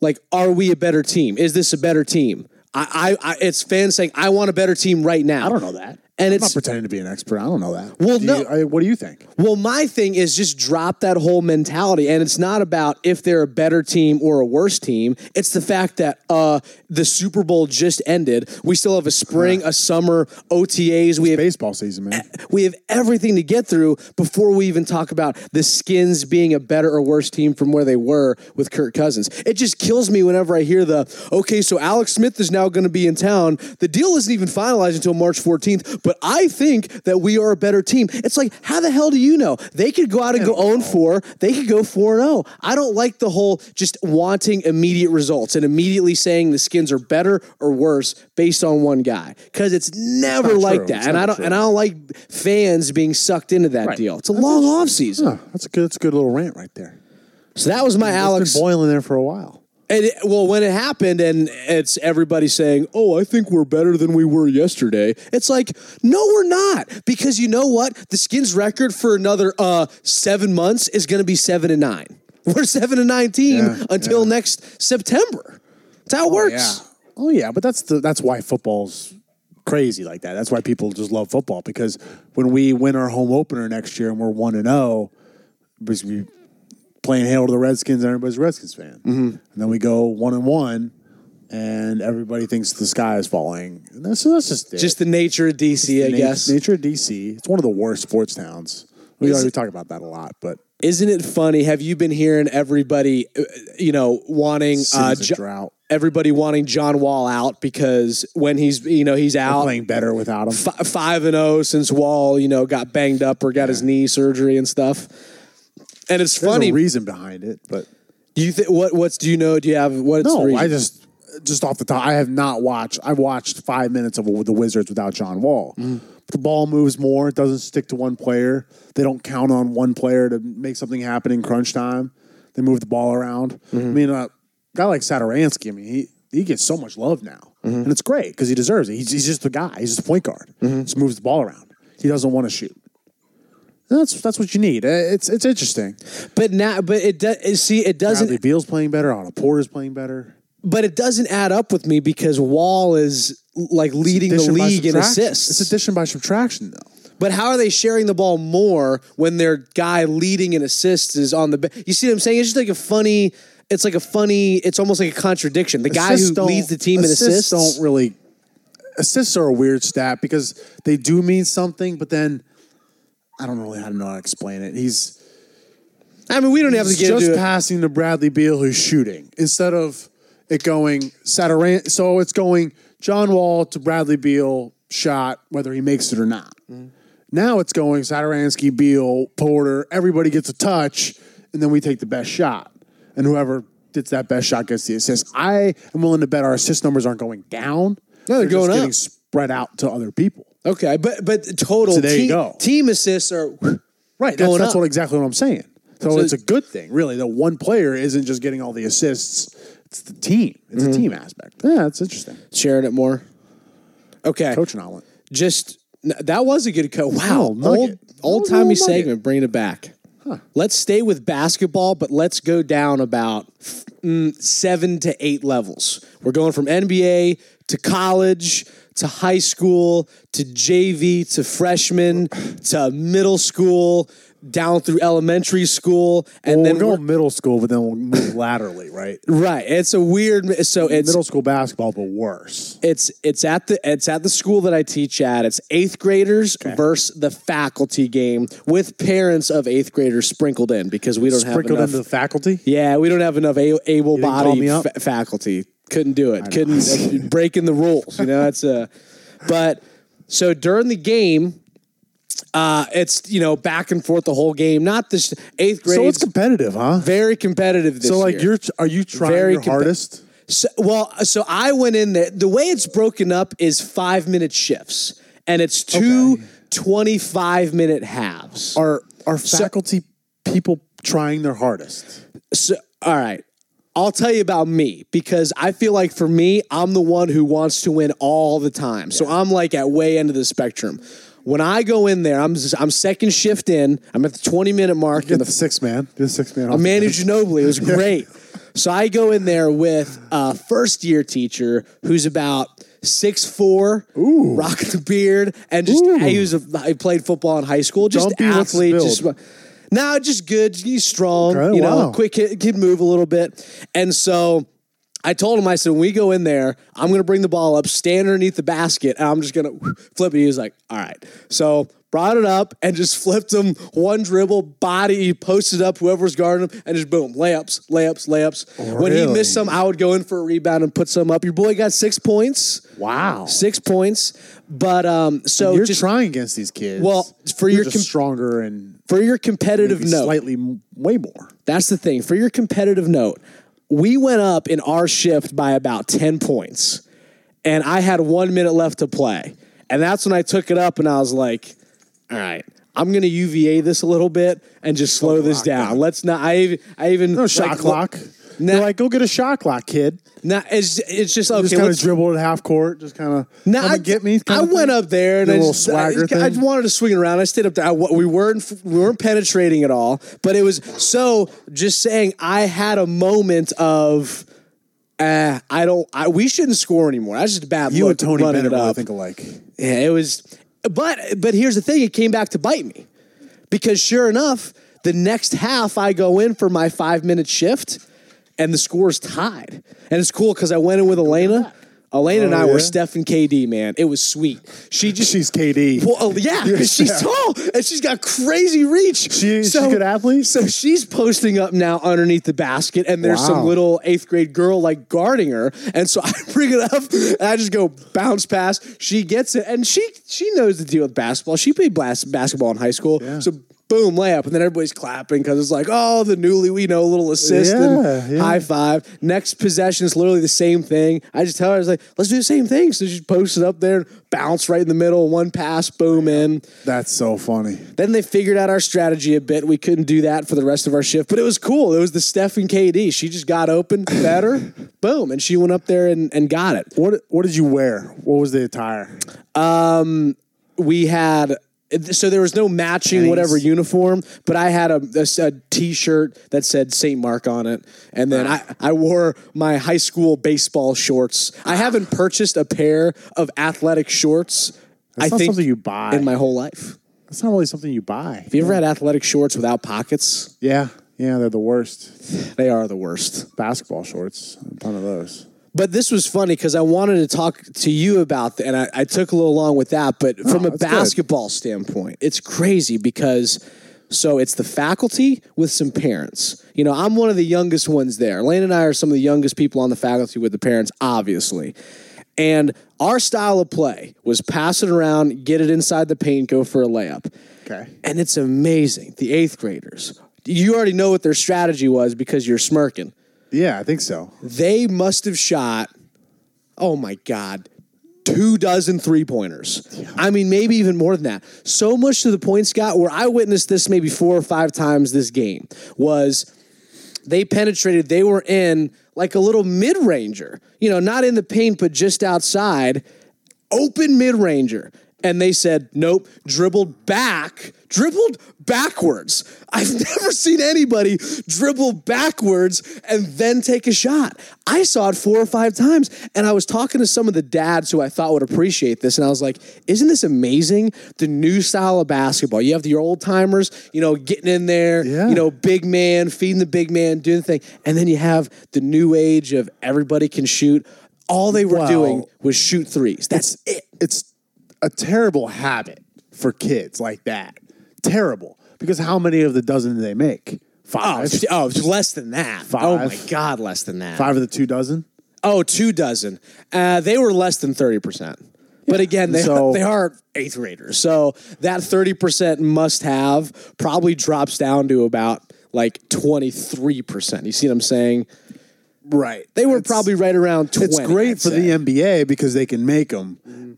Speaker 3: like, are we a better team? Is this a better team? I, I, I it's fans saying I want a better team right now.
Speaker 4: that.
Speaker 3: And
Speaker 4: I'm
Speaker 3: it's-
Speaker 4: not pretending to be an expert. I don't know that.
Speaker 3: Well,
Speaker 4: Do
Speaker 3: no.
Speaker 4: you- I- what do you think?
Speaker 3: Well, my thing is just drop that whole mentality, and it's not about if they're a better team or a worse team. It's the fact that uh, the Super Bowl just ended. We still have a spring, a summer, OTAs. We have
Speaker 4: Baseball season, man.
Speaker 3: we have everything to get through before we even talk about the skins being a better or worse team from where they were with Kirk Cousins. It just kills me whenever I hear the okay, so Alex Smith is now going to be in town. The deal isn't even finalized until March 14th, but I think that we are a better team. It's like, how the hell do you know? They could go out and go 0 4, they could go 4 0. I don't like the whole just wanting immediate results and immediately saying the skins are better or worse based on one guy because it's never
Speaker 4: not
Speaker 3: like
Speaker 4: true.
Speaker 3: that.
Speaker 4: It's
Speaker 3: and
Speaker 4: not
Speaker 3: I don't
Speaker 4: true.
Speaker 3: and I I don't like fans being sucked into that deal. It's a long off season.
Speaker 4: (laughs) Huh, that's a good. That's a good little rant right there.
Speaker 3: So that was my
Speaker 4: Alex
Speaker 3: Alex.
Speaker 4: been boiling there for a while.
Speaker 3: And it- well, when it happened, and it's everybody saying, "Oh, I think we're better than we were yesterday." It's like, no, we're not, because you know what? The Skins' record for another uh, seven months is going to be seven and nine. (laughs) We're seven and nine team
Speaker 4: Yeah,
Speaker 3: until next September. That's how it works.
Speaker 4: Oh yeah, but that's the that's why football's crazy like that. That's why people just love football because when we win our home opener next year and we're one and zero, because we playing hail to the Redskins and everybody's a Redskins fan, and then we go one and one, and everybody thinks the sky is falling. And that's that's just it.
Speaker 3: Just the nature of DC, I
Speaker 4: Na-
Speaker 3: guess.
Speaker 4: nature of DC. It's one of the worst sports towns. We
Speaker 3: Is
Speaker 4: already
Speaker 3: it- Uh,
Speaker 4: talk about that a lot, but
Speaker 3: Isn't it funny? Have you been hearing everybody, uh, you know, wanting uh,
Speaker 4: City's a
Speaker 3: Jo-
Speaker 4: drought.
Speaker 3: everybody wanting John Wall out because when he's you know he's out
Speaker 4: playing better without him.
Speaker 3: fi- five and zero since Wall you know got banged up or got his knee surgery and stuff. And it's
Speaker 4: There's
Speaker 3: funny.
Speaker 4: a reason behind it, but
Speaker 3: do you think what what's do you know? Do you have what's
Speaker 4: no,
Speaker 3: the reason?
Speaker 4: I just just off the top, I have not watched. I've watched five minutes of the Wizards without John Wall. The ball moves more; it doesn't stick to one player. They don't count on one player to make something happen in crunch time. They move the ball around. I mean, uh, a guy like Saturansky, I mean, he he gets so much love now, and it's great because he deserves it. He's, he's just a guy. He's just a point guard. Just moves the ball around. He doesn't want to shoot. That's that's what you need. Uh, It's it's interesting.
Speaker 3: but now but it does see it doesn't
Speaker 4: Bradley Beal's playing better. Otto Porter's playing better.
Speaker 3: but it doesn't add up with me because Wall is like leading the
Speaker 4: Addition by
Speaker 3: league in
Speaker 4: subtraction.
Speaker 3: assists.
Speaker 4: It's addition by subtraction, though.
Speaker 3: But how are they sharing the ball more when their guy leading in assists is on the bench? You see what I'm saying? It's just like a funny. It's like a funny. It's almost like a contradiction. The guy
Speaker 4: Assists
Speaker 3: who
Speaker 4: don't-
Speaker 3: leads the team in assists.
Speaker 4: don't really. Assists are a weird stat because they do mean something, but then I don't really how to know how to explain it. He's
Speaker 3: I mean, we don't have to
Speaker 4: It's
Speaker 3: get
Speaker 4: just
Speaker 3: into it.
Speaker 4: passing to Bradley Beal who's shooting instead of it going Sataran. So it's going John Wall to Bradley Beal shot, whether he makes it or not.
Speaker 3: Mm-hmm.
Speaker 4: Now it's going Saturansky, Beal, Porter. Everybody gets a touch, and then we take the best shot, and whoever gets that best shot gets the assist. I am willing to bet our assist numbers aren't going down.
Speaker 3: No, they're
Speaker 4: just
Speaker 3: going up.
Speaker 4: getting spread out to other people.
Speaker 3: Okay, but but total
Speaker 4: So there you
Speaker 3: team,
Speaker 4: go.
Speaker 3: team assists are
Speaker 4: Right. That's,
Speaker 3: Going
Speaker 4: that's
Speaker 3: up.
Speaker 4: what exactly what I'm saying. So,
Speaker 3: So-
Speaker 4: it's a good thing, really, that one player isn't just getting all the assists. It's the team. It's a team aspect. Mm-hmm. Yeah, that's interesting.
Speaker 3: sharing it more. Okay,
Speaker 4: Coach Nolan.
Speaker 3: just n- that was a good cut. Wow,
Speaker 4: Wow, nugget. That
Speaker 3: old
Speaker 4: was an
Speaker 3: timey
Speaker 4: old nugget.
Speaker 3: segment, bringing it back. Let's stay with basketball, but let's go down about mm, seven to eight levels. We're going from NBA to college to high school to JV to freshman to middle school down through elementary school, and
Speaker 4: Well,
Speaker 3: then
Speaker 4: we'll go middle school, but then we'll move laterally, right?
Speaker 3: we're- right. It's a weird. So it's
Speaker 4: middle school basketball, but worse.
Speaker 3: It's it's at the it's at the school that I teach at. It's eighth graders versus the faculty game with parents of eighth graders sprinkled in because we don't
Speaker 4: Sprinkled
Speaker 3: have
Speaker 4: into
Speaker 3: enough.
Speaker 4: the faculty.
Speaker 3: yeah, we don't have enough able
Speaker 4: call
Speaker 3: bodied
Speaker 4: me up?
Speaker 3: faculty. Couldn't do it.
Speaker 4: (laughs)
Speaker 3: Couldn't breaking the rules. You know, that's a. But so during the game, uh, it's you know back and forth the whole game. Not this eighth grade.
Speaker 4: So it's competitive, huh?
Speaker 3: very competitive this
Speaker 4: So like
Speaker 3: year.
Speaker 4: you're are you trying
Speaker 3: Very
Speaker 4: your
Speaker 3: compe-
Speaker 4: hardest?
Speaker 3: So, well, so I went in there. The way it's broken up is five minute shifts, and it's two 25 minute halves.
Speaker 4: Are are faculty people trying their hardest?
Speaker 3: So, all right. I'll tell you about me because I feel like for me, I'm the one who wants to win all the time. So I'm like at way end of the spectrum. When I go in there, I'm I'm second shift in. I'm at the 20 minute mark in
Speaker 4: Get
Speaker 3: the
Speaker 4: the six man. Do the six man.
Speaker 3: A Manu Ginobili. It
Speaker 4: (laughs)
Speaker 3: was great. So I go in there with a first year teacher who's about six four, rocking the beard, and just he was a, he played football in high school, just
Speaker 4: Don't be what's
Speaker 3: athlete,
Speaker 4: built.
Speaker 3: just. Now just good, he's strong,
Speaker 4: Okay,
Speaker 3: you know,
Speaker 4: wow.
Speaker 3: quick kid, kid move a little bit, and so I told him I said when we go in there, I'm gonna bring the ball up, stand underneath the basket, and I'm just gonna (laughs) flip it. He was like, all right, so. Brought it up and just (laughs) flipped him one dribble, body, he posted up whoever was guarding him, and just boom, layups, layups, layups. When he
Speaker 4: Really?
Speaker 3: missed some, I would go in for a rebound and put some up. Your boy got six points,
Speaker 4: Wow.
Speaker 3: six points. But um, so
Speaker 4: You're
Speaker 3: just
Speaker 4: trying against these kids.
Speaker 3: Well, for
Speaker 4: You're
Speaker 3: your
Speaker 4: just
Speaker 3: com-
Speaker 4: stronger and
Speaker 3: for your competitive
Speaker 4: maybe
Speaker 3: note,
Speaker 4: slightly m- way more.
Speaker 3: That's the thing. For your competitive note, we went up in our shift by about 10 points, and I had one minute left to play. And that's when I took it up and I was like, all right. I'm gonna UVA this a little bit and just slow this down. Let's not. I even. I even
Speaker 4: No shot
Speaker 3: like,
Speaker 4: clock.
Speaker 3: Nah.
Speaker 4: You're like, go get a shot clock, kid.
Speaker 3: Nah, it's it's just
Speaker 4: Just
Speaker 3: okay.
Speaker 4: kind of
Speaker 3: let's-
Speaker 4: dribble at half court. Just kind of
Speaker 3: Nah,
Speaker 4: come
Speaker 3: I
Speaker 4: and get me.
Speaker 3: I went up there and
Speaker 4: Do a
Speaker 3: I
Speaker 4: little
Speaker 3: just,
Speaker 4: swagger
Speaker 3: I, I
Speaker 4: thing.
Speaker 3: wanted to swing around. I stayed up there. I, wa- we weren't we weren't penetrating at all, but it was so. Just saying, I had a moment of. Uh, I don't. I, we shouldn't score anymore. I was just a bad.
Speaker 4: You
Speaker 3: look
Speaker 4: and Tony
Speaker 3: running
Speaker 4: Bennett
Speaker 3: it
Speaker 4: really
Speaker 3: up.
Speaker 4: think alike.
Speaker 3: Yeah, it was. But but here's the thing: it came back to bite me, because sure enough, the next half I go in for my five minute shift, and the score's tied. And it's cool because I went in with Elena. Elena and
Speaker 4: Oh,
Speaker 3: I were
Speaker 4: yeah?
Speaker 3: Steph and KD. Man, it was sweet. She just
Speaker 4: She's KD.
Speaker 3: well, oh,
Speaker 4: (laughs)
Speaker 3: yeah, 'cause she's
Speaker 4: Steph.
Speaker 3: tall and she's got crazy reach.
Speaker 4: She- she's a good athlete?
Speaker 3: So she's posting up now underneath the basket, and there's some
Speaker 4: Wow.
Speaker 3: little eighth grade girl like guarding her. And so (laughs) I bring it up, and I just go bounce pass. She gets it, and she she knows the deal with basketball. She played bas- basketball in high school, so. Boom, layup, and then everybody's clapping because it's like, oh, the newly we know little assist
Speaker 4: Yeah,
Speaker 3: and
Speaker 4: yeah.
Speaker 3: high five. Next possession is literally the same thing. I just tell her, I was like, let's do the same thing. So she posts it up there, bounce right in the middle, one pass, boom in.
Speaker 4: That's so funny.
Speaker 3: Then they figured out our strategy a bit. We couldn't do that for the rest of our shift, but it was cool. It was the Steph and KD. She just got open, better,
Speaker 4: (laughs)
Speaker 3: boom, and she went up there and, and got it.
Speaker 4: What What did you wear? What was the attire?
Speaker 3: We had. So there was no matching
Speaker 4: Pennies.
Speaker 3: whatever uniform, but I had a a a T-shirt that said Saint Mark on it, and then I, I wore my high school baseball shorts. I haven't purchased a pair of athletic shorts.
Speaker 4: That's
Speaker 3: I
Speaker 4: not
Speaker 3: think
Speaker 4: something you buy.
Speaker 3: in my whole life.
Speaker 4: That's not really something you buy.
Speaker 3: Have you ever had athletic shorts without pockets?
Speaker 4: Yeah, yeah, they're the worst.
Speaker 3: They are the worst.
Speaker 4: Basketball shorts, a ton of those.
Speaker 3: But this was funny because I wanted to talk to you about that, and I, I took a little long with that. But from a
Speaker 4: Oh, that's good.
Speaker 3: basketball standpoint, it's crazy because so it's the faculty with some parents. You know, I'm one of the youngest ones there. Lane and I are some of the youngest people on the faculty with the parents, obviously. And our style of play was pass it around, get it inside the paint, go for a layup.
Speaker 4: Okay.
Speaker 3: And it's amazing. The eighth graders, you already know what their strategy was because you're smirking
Speaker 4: Yeah, I think so.
Speaker 3: they must have shot, oh my God, two dozen three pointers. I mean, maybe even more than that. So much to the point, Scott, where I witnessed this maybe four or five times this game was they penetrated, they were in like a little mid ranger, you know, not in the paint, but just outside, open mid ranger. And they said, nope, dribbled back, dribbled backwards. (laughs) I've never seen anybody dribble backwards and then take a shot. I saw it four or five times. And I was talking to some of the dads who I thought would appreciate this. And I was like, isn't this amazing? The new style of basketball. You have your old timers, you know, getting in there,
Speaker 4: Yeah.
Speaker 3: you know, big man, feeding the big man, doing the thing. And then you have the new age of everybody can shoot. All they were
Speaker 4: Well-
Speaker 3: doing was shoot threes. That's it.
Speaker 4: It's a terrible habit for kids like that. Terrible. Because how many of the dozen do they make?
Speaker 3: Oh,
Speaker 4: Five.
Speaker 3: t- oh, it's less than that. Oh my
Speaker 4: Five.
Speaker 3: God, less than that.
Speaker 4: Five of the two dozen?
Speaker 3: Oh, two dozen. Uh, they were less than thirty percent. But again, they
Speaker 4: So-
Speaker 3: they are eighth graders, so that thirty percent must have probably drops down to about like twenty three percent. You see what I'm saying?
Speaker 4: Right.
Speaker 3: They were probably right around twenty.
Speaker 4: It's great
Speaker 3: I'd
Speaker 4: for
Speaker 3: say. Mm-hmm.
Speaker 4: the NBA because they can make them.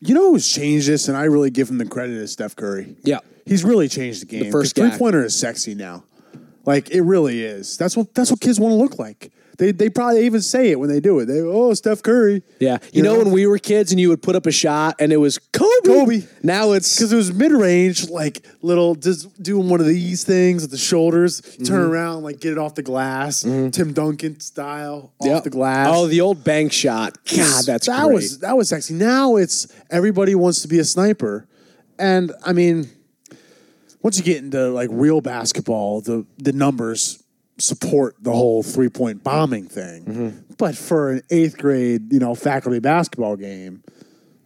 Speaker 4: You know who's changed this, and I really give him the credit is Steph Curry.
Speaker 3: Yeah.
Speaker 4: he's really changed the game.
Speaker 3: first guy.
Speaker 4: three pointer is sexy now. Like it really is. That's what that's what kids want to look like. They they probably even say it when they do it. They oh Steph Curry.
Speaker 3: Yeah, you, know, when we were kids and you would put up a shot and it was Kobe.
Speaker 4: Kobe.
Speaker 3: Now it's
Speaker 4: because it was mid range, like little just doing one of these things with the shoulders,
Speaker 3: Mm-hmm.
Speaker 4: turn around, like get it off the glass, Tim Duncan style off
Speaker 3: Yep.
Speaker 4: the glass.
Speaker 3: Oh, the old bank shot. God, that's
Speaker 4: that
Speaker 3: great.
Speaker 4: was that was sexy. Now it's everybody wants to be a sniper, and I mean, once you get into like real basketball, the the numbers support the whole three point bombing thing.
Speaker 3: Mm-hmm.
Speaker 4: But for an eighth grade, you know, faculty basketball game,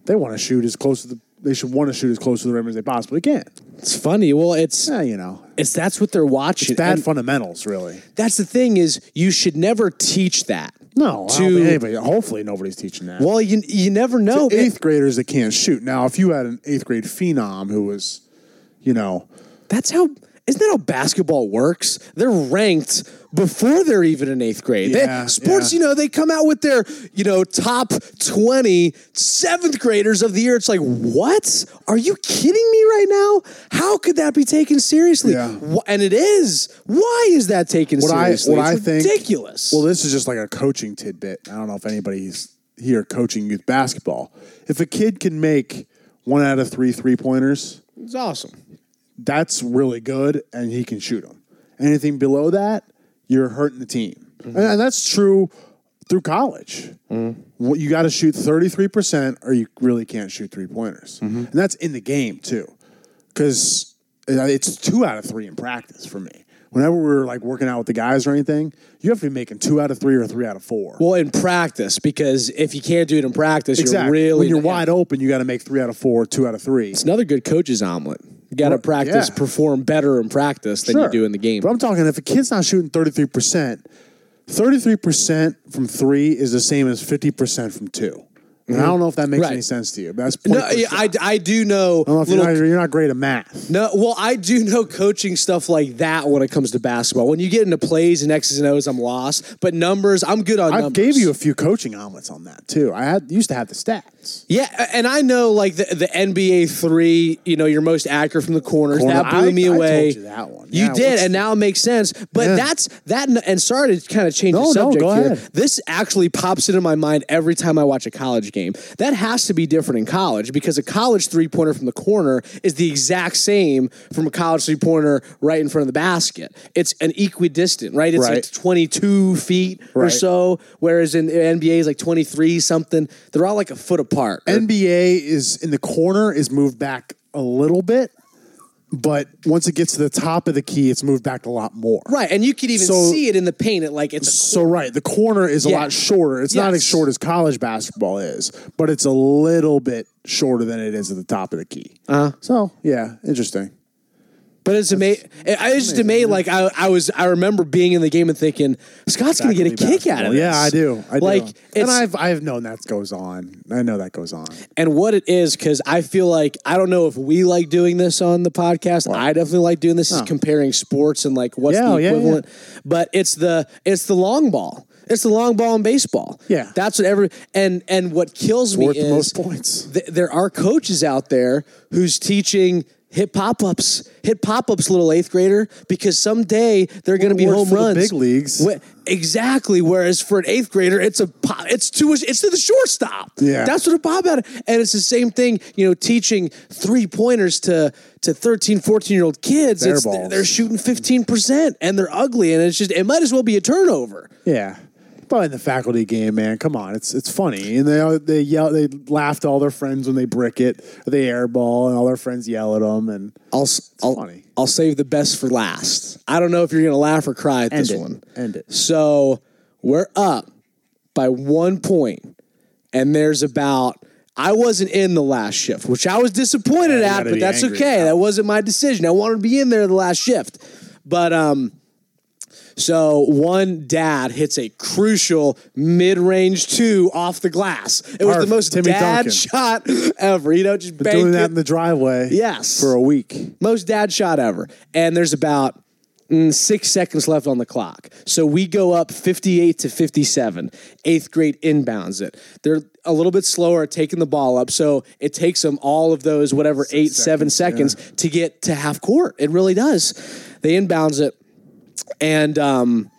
Speaker 4: they want to shoot as close to the they should want to shoot as close to the rim as they possibly can.
Speaker 3: it's funny. Well, it's
Speaker 4: Yeah, you know,
Speaker 3: it's that's what they're watching.
Speaker 4: bad
Speaker 3: And
Speaker 4: fundamentals, really.
Speaker 3: that's the thing is you should never teach that.
Speaker 4: No, I don't
Speaker 3: to
Speaker 4: think anybody. Hopefully, nobody's teaching that.
Speaker 3: Well, you you never know. Oh, man.
Speaker 4: eighth graders that can't shoot. Now, if you had an eighth grade phenom who was, you know,
Speaker 3: That's how isn't that how basketball works? They're ranked before they're even in eighth grade. They-
Speaker 4: Yeah,
Speaker 3: sports,
Speaker 4: yeah.
Speaker 3: you know, they come out with their, you know, top 20 seventh graders of the year. It's like, what? Are you kidding me right now? How could that be taken seriously?
Speaker 4: Yeah.
Speaker 3: Wh- And it is. Why is that taken
Speaker 4: What I-
Speaker 3: seriously?
Speaker 4: what
Speaker 3: It's
Speaker 4: I think-
Speaker 3: ridiculous.
Speaker 4: well, this is just like a coaching tidbit. I don't know if anybody's here coaching youth basketball. If a kid can make one out of three three pointers,
Speaker 3: it's awesome.
Speaker 4: that's really good, and he can shoot them. Anything below that, you're hurting the team, and, and that's true through college. Well, You got to shoot thirty three percent, or you really can't shoot three pointers, and that's in the game too, because it's two out of three in practice for me. Whenever we were like working out with the guys or anything, you have to be making two out of three or three out of four.
Speaker 3: Well, in practice, because if you can't do it in practice,
Speaker 4: exactly.
Speaker 3: you're really
Speaker 4: when you're wide open, you got to make three out of four, two out of three.
Speaker 3: It's another good coach's omelet. You got to
Speaker 4: Right,
Speaker 3: practice,
Speaker 4: yeah.
Speaker 3: perform better in practice than you
Speaker 4: Sure.
Speaker 3: do in the game.
Speaker 4: But I'm talking if a kid's not shooting 33%, 33% from three is the same as 50% from 2 And I don't know if that makes
Speaker 3: Mm-hmm. Right.
Speaker 4: any sense to you, but that's point
Speaker 3: No,
Speaker 4: per
Speaker 3: yeah,
Speaker 4: shot.
Speaker 3: I, I do know.
Speaker 4: I don't know if
Speaker 3: little-
Speaker 4: you're, not, you're not great at math.
Speaker 3: no, well, I do know coaching stuff like that when it comes to basketball. When you get into plays and X's and O's, I'm lost. But numbers, I'm good on
Speaker 4: I
Speaker 3: numbers.
Speaker 4: gave you a few coaching omelets on that too. I had, used to have the stats.
Speaker 3: yeah, a- and I know like the, the NBA three. You know, your most accurate from the corners
Speaker 4: Corner-
Speaker 3: that blew
Speaker 4: I-
Speaker 3: me
Speaker 4: I told
Speaker 3: away.
Speaker 4: you that one.
Speaker 3: You
Speaker 4: Yeah,
Speaker 3: did,
Speaker 4: what's-
Speaker 3: and now it makes sense. But
Speaker 4: Yeah.
Speaker 3: that's that. And sorry to kind of change
Speaker 4: No,
Speaker 3: the
Speaker 4: no,
Speaker 3: subject
Speaker 4: go
Speaker 3: here.
Speaker 4: ahead.
Speaker 3: This actually pops into my mind every time I watch a college game. That has to be different in college because a college three pointer from the corner is the exact same from a college three pointer right in front of the basket. It's an equidistant, right? It's like
Speaker 4: Right.
Speaker 3: 22 feet or
Speaker 4: Right.
Speaker 3: so, whereas in the NBA is like 23 something. They're all like a foot apart. or-
Speaker 4: NBA is in the corner is moved back a little bit. But once it gets to the top of the key, it's moved back a lot more.
Speaker 3: Right, and you could even
Speaker 4: So-
Speaker 3: see it in the paint. It like it's
Speaker 4: So right, the corner is a
Speaker 3: Yeah.
Speaker 4: lot shorter. It's not
Speaker 3: Yes.
Speaker 4: as short as college basketball is, but it's a little bit shorter than it is at the top of the key. Uh-huh. So yeah, interesting.
Speaker 3: But it's amazing. I was just amazed. Like I, I was. I remember being in the game and thinking Scott's going to get a
Speaker 4: Faculty
Speaker 3: kick out of
Speaker 4: basketball.
Speaker 3: this.
Speaker 4: Yeah, I do. I do.
Speaker 3: like
Speaker 4: and
Speaker 3: it's
Speaker 4: I've I've known that goes on. I know that goes on.
Speaker 3: and what it is because I feel like I don't know if we like doing this on the podcast. I definitely like doing this is comparing sports and like what's
Speaker 4: Yeah, oh,
Speaker 3: the
Speaker 4: yeah, yeah.
Speaker 3: equivalent. But it's the it's the long ball. It's the long ball in baseball.
Speaker 4: Yeah.
Speaker 3: that's what every and and what kills
Speaker 4: Fourth
Speaker 3: me is
Speaker 4: most points.
Speaker 3: th- there are coaches out there who's teaching hit pop ups, hit pop ups, little eighth grader, because someday they're going to be
Speaker 4: Or
Speaker 3: home
Speaker 4: for the
Speaker 3: runs,
Speaker 4: big leagues.
Speaker 3: Wh- exactly. Whereas for an eighth grader, it's a pop, it's to a, it's to the shortstop.
Speaker 4: Yeah.
Speaker 3: that's what a pop out. And it's the same thing, you know, teaching three pointers to to 13, 14 year old kids.
Speaker 4: Their
Speaker 3: It's-
Speaker 4: balls.
Speaker 3: They're shooting fifteen percent and they're ugly, and it's just it might as well be a turnover.
Speaker 4: Yeah. But in the faculty game, man, come on, it's it's funny, and they they yell, they laugh to all their friends when they brick it, they airball, and all their friends yell at them, and
Speaker 3: I'll s- I'll,
Speaker 4: funny.
Speaker 3: I'll save the best for last. I don't know if you're gonna laugh or cry at this
Speaker 4: it.
Speaker 3: one.
Speaker 4: End it.
Speaker 3: So we're up by one point, and there's about. I wasn't in the last shift, which I was disappointed
Speaker 4: you
Speaker 3: at,
Speaker 4: gotta
Speaker 3: but
Speaker 4: be
Speaker 3: that's
Speaker 4: angry
Speaker 3: okay. That wasn't my decision. I wanted to be in there the last shift, but um. So one dad hits a crucial mid-range two off the glass. It was
Speaker 4: Perfect.
Speaker 3: the most
Speaker 4: Timmy
Speaker 3: dad (laughs)
Speaker 4: Duncan.
Speaker 3: shot ever. You know, just
Speaker 4: doing
Speaker 3: banged
Speaker 4: that
Speaker 3: it
Speaker 4: in the driveway,
Speaker 3: Yes.
Speaker 4: for a week.
Speaker 3: most dad shot ever. And there's about mm, six seconds left on the clock. So we go up 58 to 57. Eighth grade inbounds it. They're a little bit slower at taking the ball up. So it takes them all of those, whatever, eight, seven seconds to get to half court. It really does. They inbounds it. And, um,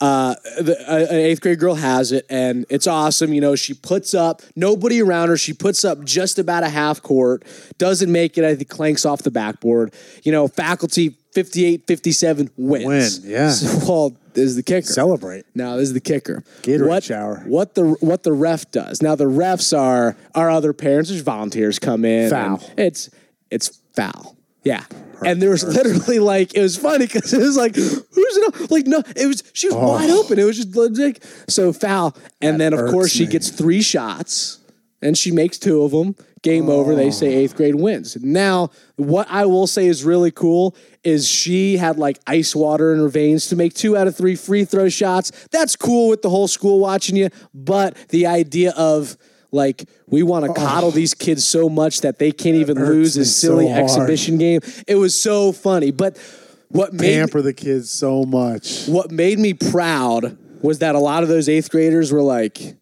Speaker 3: the, a, an eighth grade girl has it, and it's awesome. You know, she puts up nobody around her. She puts up just about a half court, doesn't make it. I think clanks off the backboard. You know, faculty 58 57 wins.
Speaker 4: Win, yeah.
Speaker 3: So, (laughs) well, this is the kicker.
Speaker 4: Celebrate.
Speaker 3: Now this is the kicker.
Speaker 4: Gatorade
Speaker 3: what,
Speaker 4: shower.
Speaker 3: What the what the ref does. Now the refs are our other parents, there's volunteers come in.
Speaker 4: Foul.
Speaker 3: and It's it's foul. Yeah. And there was literally like it was funny because it was like who's it? Like no, it was she was
Speaker 4: Oh.
Speaker 3: wide open. It was just like so foul. And then of
Speaker 4: hurts
Speaker 3: course she
Speaker 4: me.
Speaker 3: gets three shots and she makes two of them. Game over. They say eighth grade wins. Now, what I will say is really cool is she had like ice water in her veins to make two out of three free throw shots. That's cool with the whole school watching you, but the idea of like we want to coddle these kids so much that they can't even lose
Speaker 4: Oh. me
Speaker 3: a silly
Speaker 4: so hard.
Speaker 3: exhibition game. It was so funny, but what made
Speaker 4: Pamper the kids so much.
Speaker 3: what made me proud was that a lot of those eighth graders were like,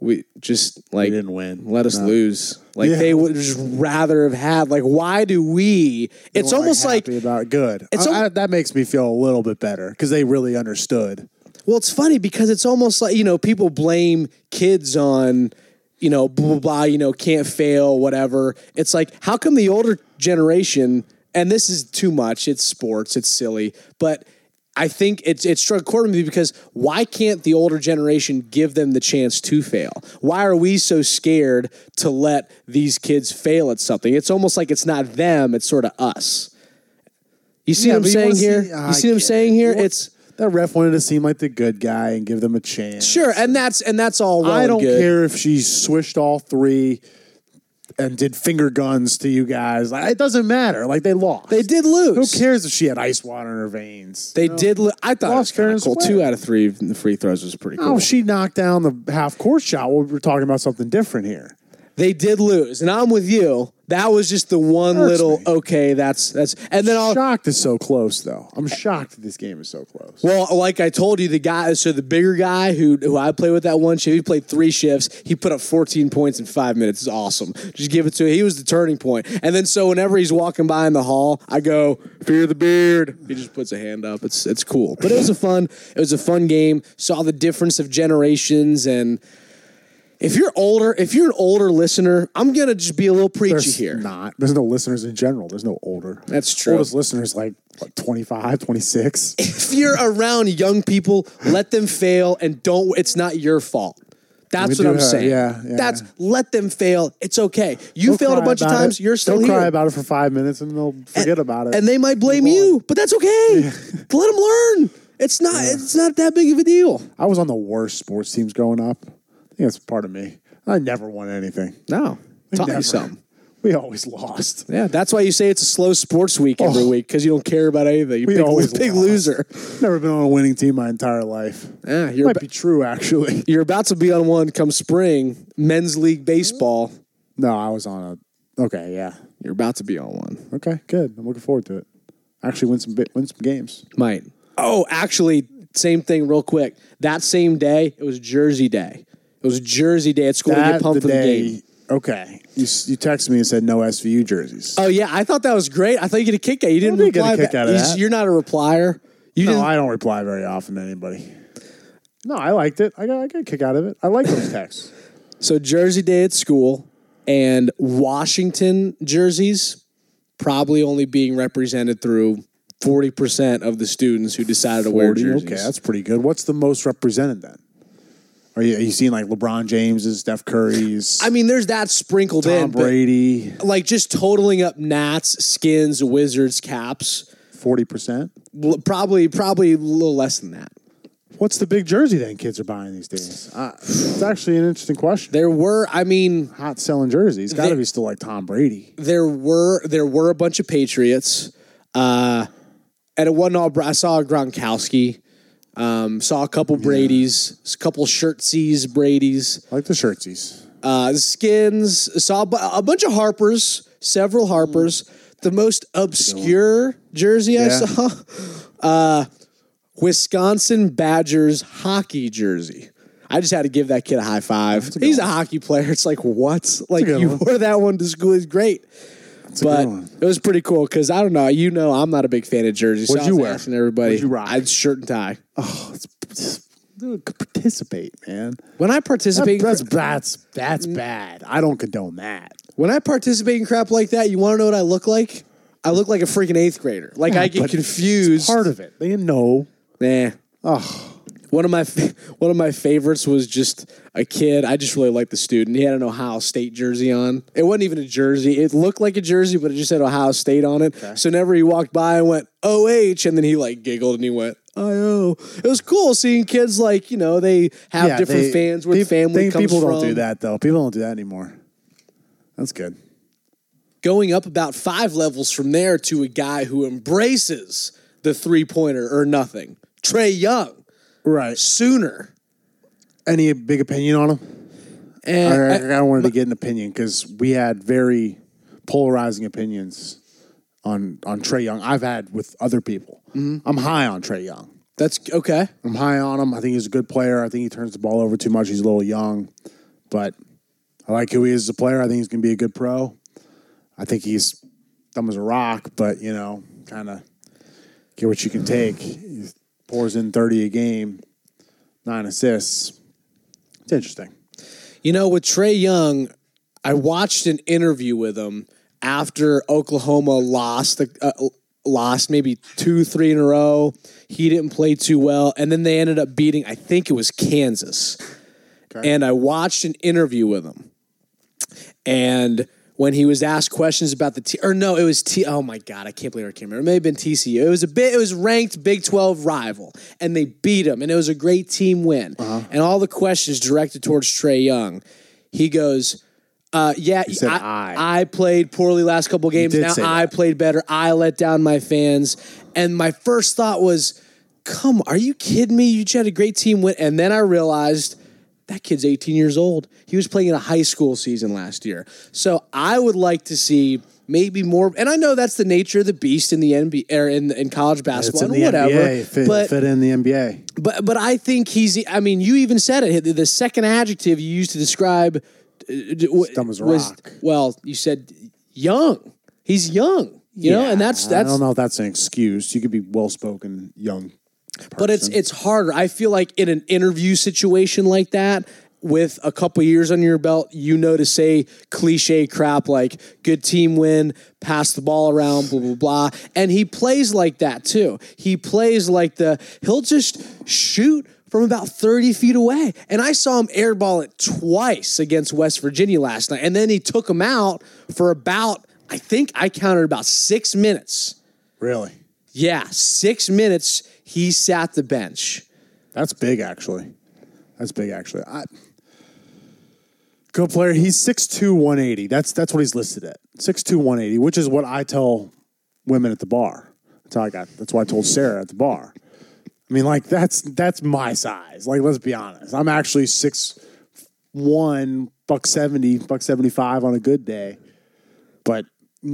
Speaker 3: we just like
Speaker 4: didn't win.
Speaker 3: Let us lose. Like
Speaker 4: Yeah.
Speaker 3: they would just rather have had. Like why do we? It's almost like,
Speaker 4: happy about good.
Speaker 3: It's
Speaker 4: It's
Speaker 3: al-
Speaker 4: that makes me feel a little bit better because they really understood.
Speaker 3: well, it's funny because it's almost like you know people blame kids on you know blah blah blah you know can't fail whatever. It's like how come the older generation and this is too much. It's sports. It's silly, but. I think it's it struck a chord with me because why can't the older generation give them the chance to fail? Why are we so scared to let these kids fail at something? It's almost like it's not them; it's sort of us. You see
Speaker 4: Yeah,
Speaker 3: what I'm
Speaker 4: but you
Speaker 3: saying
Speaker 4: wanna
Speaker 3: here?
Speaker 4: see- I
Speaker 3: you see what I'm
Speaker 4: get it.
Speaker 3: saying here?
Speaker 4: You want-
Speaker 3: It's
Speaker 4: That ref wanted to seem like the good guy and give them a chance.
Speaker 3: Sure, and that's and that's all. Well
Speaker 4: I
Speaker 3: and
Speaker 4: don't
Speaker 3: good.
Speaker 4: care if she swished all three and did finger guns to you guys. Like, it doesn't matter. Like they lost.
Speaker 3: They did lose.
Speaker 4: Who cares if she had ice water in her veins?
Speaker 3: They did. Lo- I thought it was
Speaker 4: Lost fair
Speaker 3: kinda
Speaker 4: and
Speaker 3: cool.
Speaker 4: square.
Speaker 3: Two out of three of the free throws was pretty cool.
Speaker 4: Oh, she knocked down the half court shot. Well, we're talking about something different here.
Speaker 3: they did lose, and I'm with you. That was just the one
Speaker 4: Hurts
Speaker 3: little
Speaker 4: me.
Speaker 3: okay. That's that's, and then I'll.
Speaker 4: shocked is so close, though. I'm shocked that this game is so close.
Speaker 3: Well, like I told you, the guy, so the bigger guy who who I played with that one shift, he played three shifts. He put up 14 points in five minutes. It's awesome. Just give it to him. He was the turning point. And then so whenever he's walking by in the hall, I go, Fear the beard. He just puts a hand up. It's it's cool. But it was a fun, it was a fun game. Saw the difference of generations and if you're older, if you're an older listener, I'm gonna just be a little preachy
Speaker 4: There's
Speaker 3: here.
Speaker 4: not. There's no listeners in general. There's no older.
Speaker 3: That's true.
Speaker 4: Oldest listeners like what, 25, 26.
Speaker 3: if you're around young people, let them fail and don't. It's not your fault. That's
Speaker 4: We
Speaker 3: what
Speaker 4: do
Speaker 3: I'm
Speaker 4: have-
Speaker 3: saying.
Speaker 4: yeah, yeah.
Speaker 3: That's let them fail. It's okay. You
Speaker 4: They'll
Speaker 3: failed a
Speaker 4: cry
Speaker 3: bunch of
Speaker 4: about it.
Speaker 3: times. You're still
Speaker 4: they'll
Speaker 3: here.
Speaker 4: cry about it for five minutes and they'll forget about it.
Speaker 3: And they might blame you, but that's okay. Let them learn. It's not. It's not that big of a deal.
Speaker 4: I was on the worst sports teams growing up. I think that's part of me. I never won anything.
Speaker 3: No, taught
Speaker 4: Never.
Speaker 3: you something.
Speaker 4: We always (laughs) lost.
Speaker 3: Yeah, that's why you say it's a slow sports week every week because you don't care about anything. You
Speaker 4: Oh. We always
Speaker 3: big, big
Speaker 4: lost.
Speaker 3: loser.
Speaker 4: Never been on a winning team my entire life.
Speaker 3: Yeah, you're
Speaker 4: Might
Speaker 3: ba-
Speaker 4: be true, actually. (laughs)
Speaker 3: you're about to be on one come spring, men's league baseball.
Speaker 4: No, I was on a. Okay, yeah.
Speaker 3: You're about to be on one.
Speaker 4: Okay, good. I'm looking forward to it. Actually, win some bi- win some games.
Speaker 3: Might. Oh, actually, same thing real quick. That same day, it was Jersey Day. It was Jersey Day at school to get
Speaker 4: That
Speaker 3: pumped
Speaker 4: the
Speaker 3: for the game.
Speaker 4: day. Okay, you s- you texted me and said no SVU jerseys.
Speaker 3: Oh yeah, I thought that was great. I thought you get a kick out. You didn't
Speaker 4: I did get a
Speaker 3: reply
Speaker 4: kick
Speaker 3: back.
Speaker 4: out of
Speaker 3: You-
Speaker 4: that.
Speaker 3: You're not a replier. You
Speaker 4: no,
Speaker 3: didn't.
Speaker 4: I don't reply very often to anybody. No, I liked it. I got I got a kick out of it. I like those texts. (laughs)
Speaker 3: so Jersey Day at school and Washington jerseys probably only being represented through forty percent of the students who decided to wear
Speaker 4: 40?
Speaker 3: jerseys.
Speaker 4: Okay, that's pretty good. What's the most represented then? Are you, are you seeing like LeBron James's, Steph Curry's,
Speaker 3: I mean, there's that sprinkled
Speaker 4: Tom
Speaker 3: in, but
Speaker 4: Brady,
Speaker 3: like just totaling up Nats, Skins, Wizards, Caps,
Speaker 4: forty percent?
Speaker 3: l- probably probably a little less than that.
Speaker 4: What's the big jersey then kids are buying these days? Uh, it's actually an interesting question.
Speaker 3: There were, I mean,
Speaker 4: Hot selling jerseys. Got
Speaker 3: They-
Speaker 4: to be still like Tom Brady.
Speaker 3: there were there were a bunch of Patriots, uh, and it wasn't all. Bra- I saw Gronkowski, um, saw a couple Brady's, a couple shirtsies, Brady's,
Speaker 4: I like the shirtsies.
Speaker 3: uh, skins. Saw a bu- a bunch of Harpers, several Harpers.
Speaker 4: Hmm.
Speaker 3: The most obscure jersey I
Speaker 4: Yeah.
Speaker 3: saw, (laughs) uh, Wisconsin Badgers hockey jersey. I just had to give that kid a high five. He's a hockey player. It's like what? Like
Speaker 4: good
Speaker 3: you
Speaker 4: one.
Speaker 3: wore that one to school. It's great
Speaker 4: a
Speaker 3: but
Speaker 4: good one.
Speaker 3: it was pretty cool because I don't know. You know, I'm not a big fan of jerseys. so
Speaker 4: What'd
Speaker 3: I
Speaker 4: you
Speaker 3: was
Speaker 4: wear?
Speaker 3: Asking everybody.
Speaker 4: What'd you rock?
Speaker 3: I had shirt and tie.
Speaker 4: Dude, participate, man.
Speaker 3: When I participate, in
Speaker 4: that's
Speaker 3: cra-
Speaker 4: that's that's
Speaker 3: Mm.
Speaker 4: bad. I don't condone that.
Speaker 3: when I participate in crap like that, you want to know what I look like? I look like a freaking eighth grader. Like I get
Speaker 4: but
Speaker 3: confused.
Speaker 4: Part of it. They didn't know.
Speaker 3: Nah. One of my fa- one of my favorites was just a kid. I just really liked the student. He had an Ohio State jersey on. It wasn't even a jersey. It looked like a jersey, but it just had Ohio State on it. So whenever he walked by, I went OH, and then he like giggled and he went IO. It was cool seeing kids like you know they have
Speaker 4: Yeah,
Speaker 3: different
Speaker 4: they-
Speaker 3: fans where
Speaker 4: they-
Speaker 3: the family
Speaker 4: they-
Speaker 3: comes
Speaker 4: people
Speaker 3: from.
Speaker 4: don't do that though. People don't do that anymore. That's good.
Speaker 3: going up about five levels from there to a guy who embraces the three pointer or nothing. Trey Young
Speaker 4: Right.
Speaker 3: sooner.
Speaker 4: Any big opinion on him?
Speaker 3: And
Speaker 4: I, I, I wanted to get an opinion because we had very polarizing opinions on on Trey Young. I've had with other people.
Speaker 3: Mm-hmm.
Speaker 4: I'm high on Trey Young.
Speaker 3: that's okay.
Speaker 4: I'm high on him. I think he's a good player. I think he turns the ball over too much. He's a little young, but I like who he is as a player. I think he's going to be a good pro. I think he's dumb as a rock, but you know, kind of get what you can take. He pours in 30 a game, nine assists. It's interesting.
Speaker 3: You know, with Trey Young, I watched an interview with him after Oklahoma lost the. Uh, Lost maybe two, three in a row. He didn't play too well. And then they ended up beating, I think it was Kansas.
Speaker 4: Okay.
Speaker 3: And I watched an interview with him. And when he was asked questions about the T or no, it was T oh my god, I can't believe I can't remember. It may have been TCU. It was a bit it was ranked Big 12 rival and they beat him and it was a great team win.
Speaker 4: Uh-huh.
Speaker 3: And all the questions directed towards Trey Young. He goes, uh, yeah,
Speaker 4: said
Speaker 3: I,
Speaker 4: I.
Speaker 3: I played poorly last couple games.
Speaker 4: did
Speaker 3: Now
Speaker 4: say
Speaker 3: I
Speaker 4: that.
Speaker 3: played better. I let down my fans. And my first thought was, come, are you kidding me? You just had a great team win. And then I realized that kid's 18 years old. He was playing in a high school season last year. So I would like to see maybe more. And I know that's the nature of the beast in the NBA or in, in college
Speaker 4: It's
Speaker 3: basketball
Speaker 4: in the
Speaker 3: and whatever.
Speaker 4: NBA. Fit,
Speaker 3: but
Speaker 4: fit in the NBA.
Speaker 3: but but I think he's. I mean, you even said it. The, the second adjective you used to describe uh, d- w-
Speaker 4: Dumb as a rock.
Speaker 3: Well, you said young. He's young. You know, and that's
Speaker 4: I
Speaker 3: that's.
Speaker 4: don't know if that's an excuse. You could be well spoken, young.
Speaker 3: But it's it's harder. I feel like in an interview situation like that. With a couple years on your belt, you know to say cliche crap like "good team win," "pass the ball around," blah blah blah, and he plays like that too. He plays like the he'll just shoot from about 30 feet away. And I saw him airball it twice against West Virginia last night. And then he took him out for about, I think I counted about six minutes.
Speaker 4: Really?
Speaker 3: Yeah, six minutes he sat the bench.
Speaker 4: That's big, actually. That's big, actually. I, good player. He's 6'2", 180. That's that's what he's listed at. 6'2", 180, which is what I tell women at the bar. That's how I got. That's why I told Sarah at the bar. I mean, like that's that's my size. Like, let's be honest. I'm actually six one, buck seventy, buck seventy five on a good day. But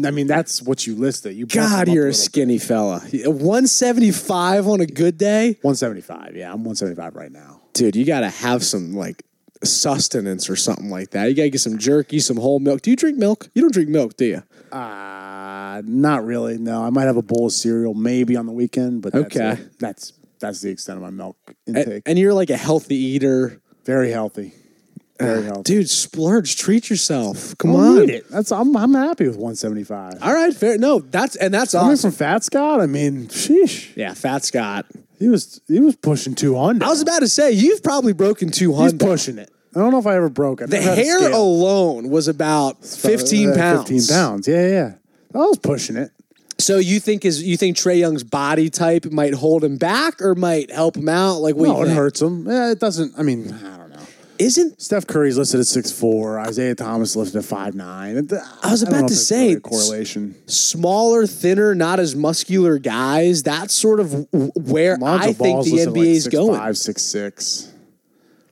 Speaker 4: I mean, that's what you listed. You bump
Speaker 3: God,
Speaker 4: him up
Speaker 3: you're a
Speaker 4: little bit.
Speaker 3: skinny fella. 175 on a good day?
Speaker 4: 175. Yeah, I'm 175 right now.
Speaker 3: Dude, you got to have some like sustenance or something like that. You got to get some jerky, some whole milk. Do you drink milk? You don't drink milk, do you?
Speaker 4: Uh, not really. No, I might have a bowl of cereal maybe on the weekend, but that's
Speaker 3: Okay.
Speaker 4: it. that's that's the extent of my milk
Speaker 3: And,
Speaker 4: intake.
Speaker 3: and you're like a healthy eater.
Speaker 4: Very healthy. Very healthy.
Speaker 3: Dude, splurge, treat yourself. Ah, Come
Speaker 4: I
Speaker 3: on.
Speaker 4: need it. That's I'm I'm happy with 175.
Speaker 3: All right, fair. No, that's and that's
Speaker 4: Coming
Speaker 3: awesome.
Speaker 4: from Fat Scott, I mean, sheesh,
Speaker 3: Yeah, Fat Scott.
Speaker 4: he was he was pushing 200.
Speaker 3: I was about to say you've probably broken two
Speaker 4: He's
Speaker 3: hundred.
Speaker 4: pushing it. I don't know if I ever broke it.
Speaker 3: The hair alone was about fifteen pounds.
Speaker 4: 15 uh, pounds. Yeah, yeah, yeah. I was pushing it.
Speaker 3: So you think is you think Trey Young's body type might hold him back or might help him out? Like what?
Speaker 4: No,
Speaker 3: you
Speaker 4: it
Speaker 3: think?
Speaker 4: hurts him. Yeah, it doesn't. I mean, I don't know.
Speaker 3: Isn't
Speaker 4: Steph Curry's listed at 6'4". Isaiah Thomas listed at 5'9".
Speaker 3: I was about
Speaker 4: don't know if
Speaker 3: to
Speaker 4: there's
Speaker 3: say,
Speaker 4: really a correlation.
Speaker 3: smaller, thinner, not as muscular guys? That's sort of w- where
Speaker 4: Lonzo
Speaker 3: I think
Speaker 4: Ball's
Speaker 3: the
Speaker 4: listed at, like,
Speaker 3: NBA's going.
Speaker 4: 6'5", 6'6".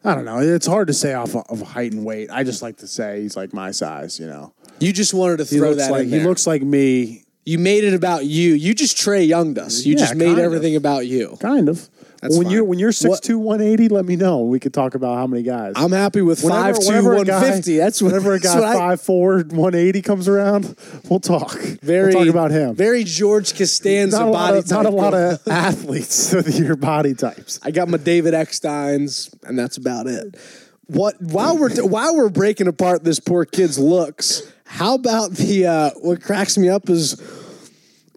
Speaker 4: I don't know. It's hard to say off of height and weight. I just like to say he's like my size, you know.
Speaker 3: You just wanted to
Speaker 4: He
Speaker 3: throw
Speaker 4: looks
Speaker 3: that
Speaker 4: like
Speaker 3: in
Speaker 4: he
Speaker 3: there.
Speaker 4: looks like me,
Speaker 3: you made it about you. You just Trey Younged us. You
Speaker 4: Yeah,
Speaker 3: just made
Speaker 4: kind of.
Speaker 3: everything about you.
Speaker 4: kind of.
Speaker 3: That's
Speaker 4: when
Speaker 3: fine.
Speaker 4: you're when you're
Speaker 3: What-
Speaker 4: 6'2", 180, let me know. We could talk about how many guys.
Speaker 3: I'm happy with
Speaker 4: Whenever-
Speaker 3: five two
Speaker 4: whenever a
Speaker 3: one
Speaker 4: guy-
Speaker 3: fifty. That's what,
Speaker 4: whenever a
Speaker 3: that's
Speaker 4: guy
Speaker 3: what I-
Speaker 4: 5'4", 180 comes around, we'll talk.
Speaker 3: very
Speaker 4: we'll talk about him.
Speaker 3: Very George Costanza
Speaker 4: not a, lot
Speaker 3: body
Speaker 4: of,
Speaker 3: type.
Speaker 4: not a lot of athletes (laughs) with your body types.
Speaker 3: I got my David Ecksteins, and that's about it. What while we're while we're breaking apart this poor kid's looks, how about the uh, what cracks me up is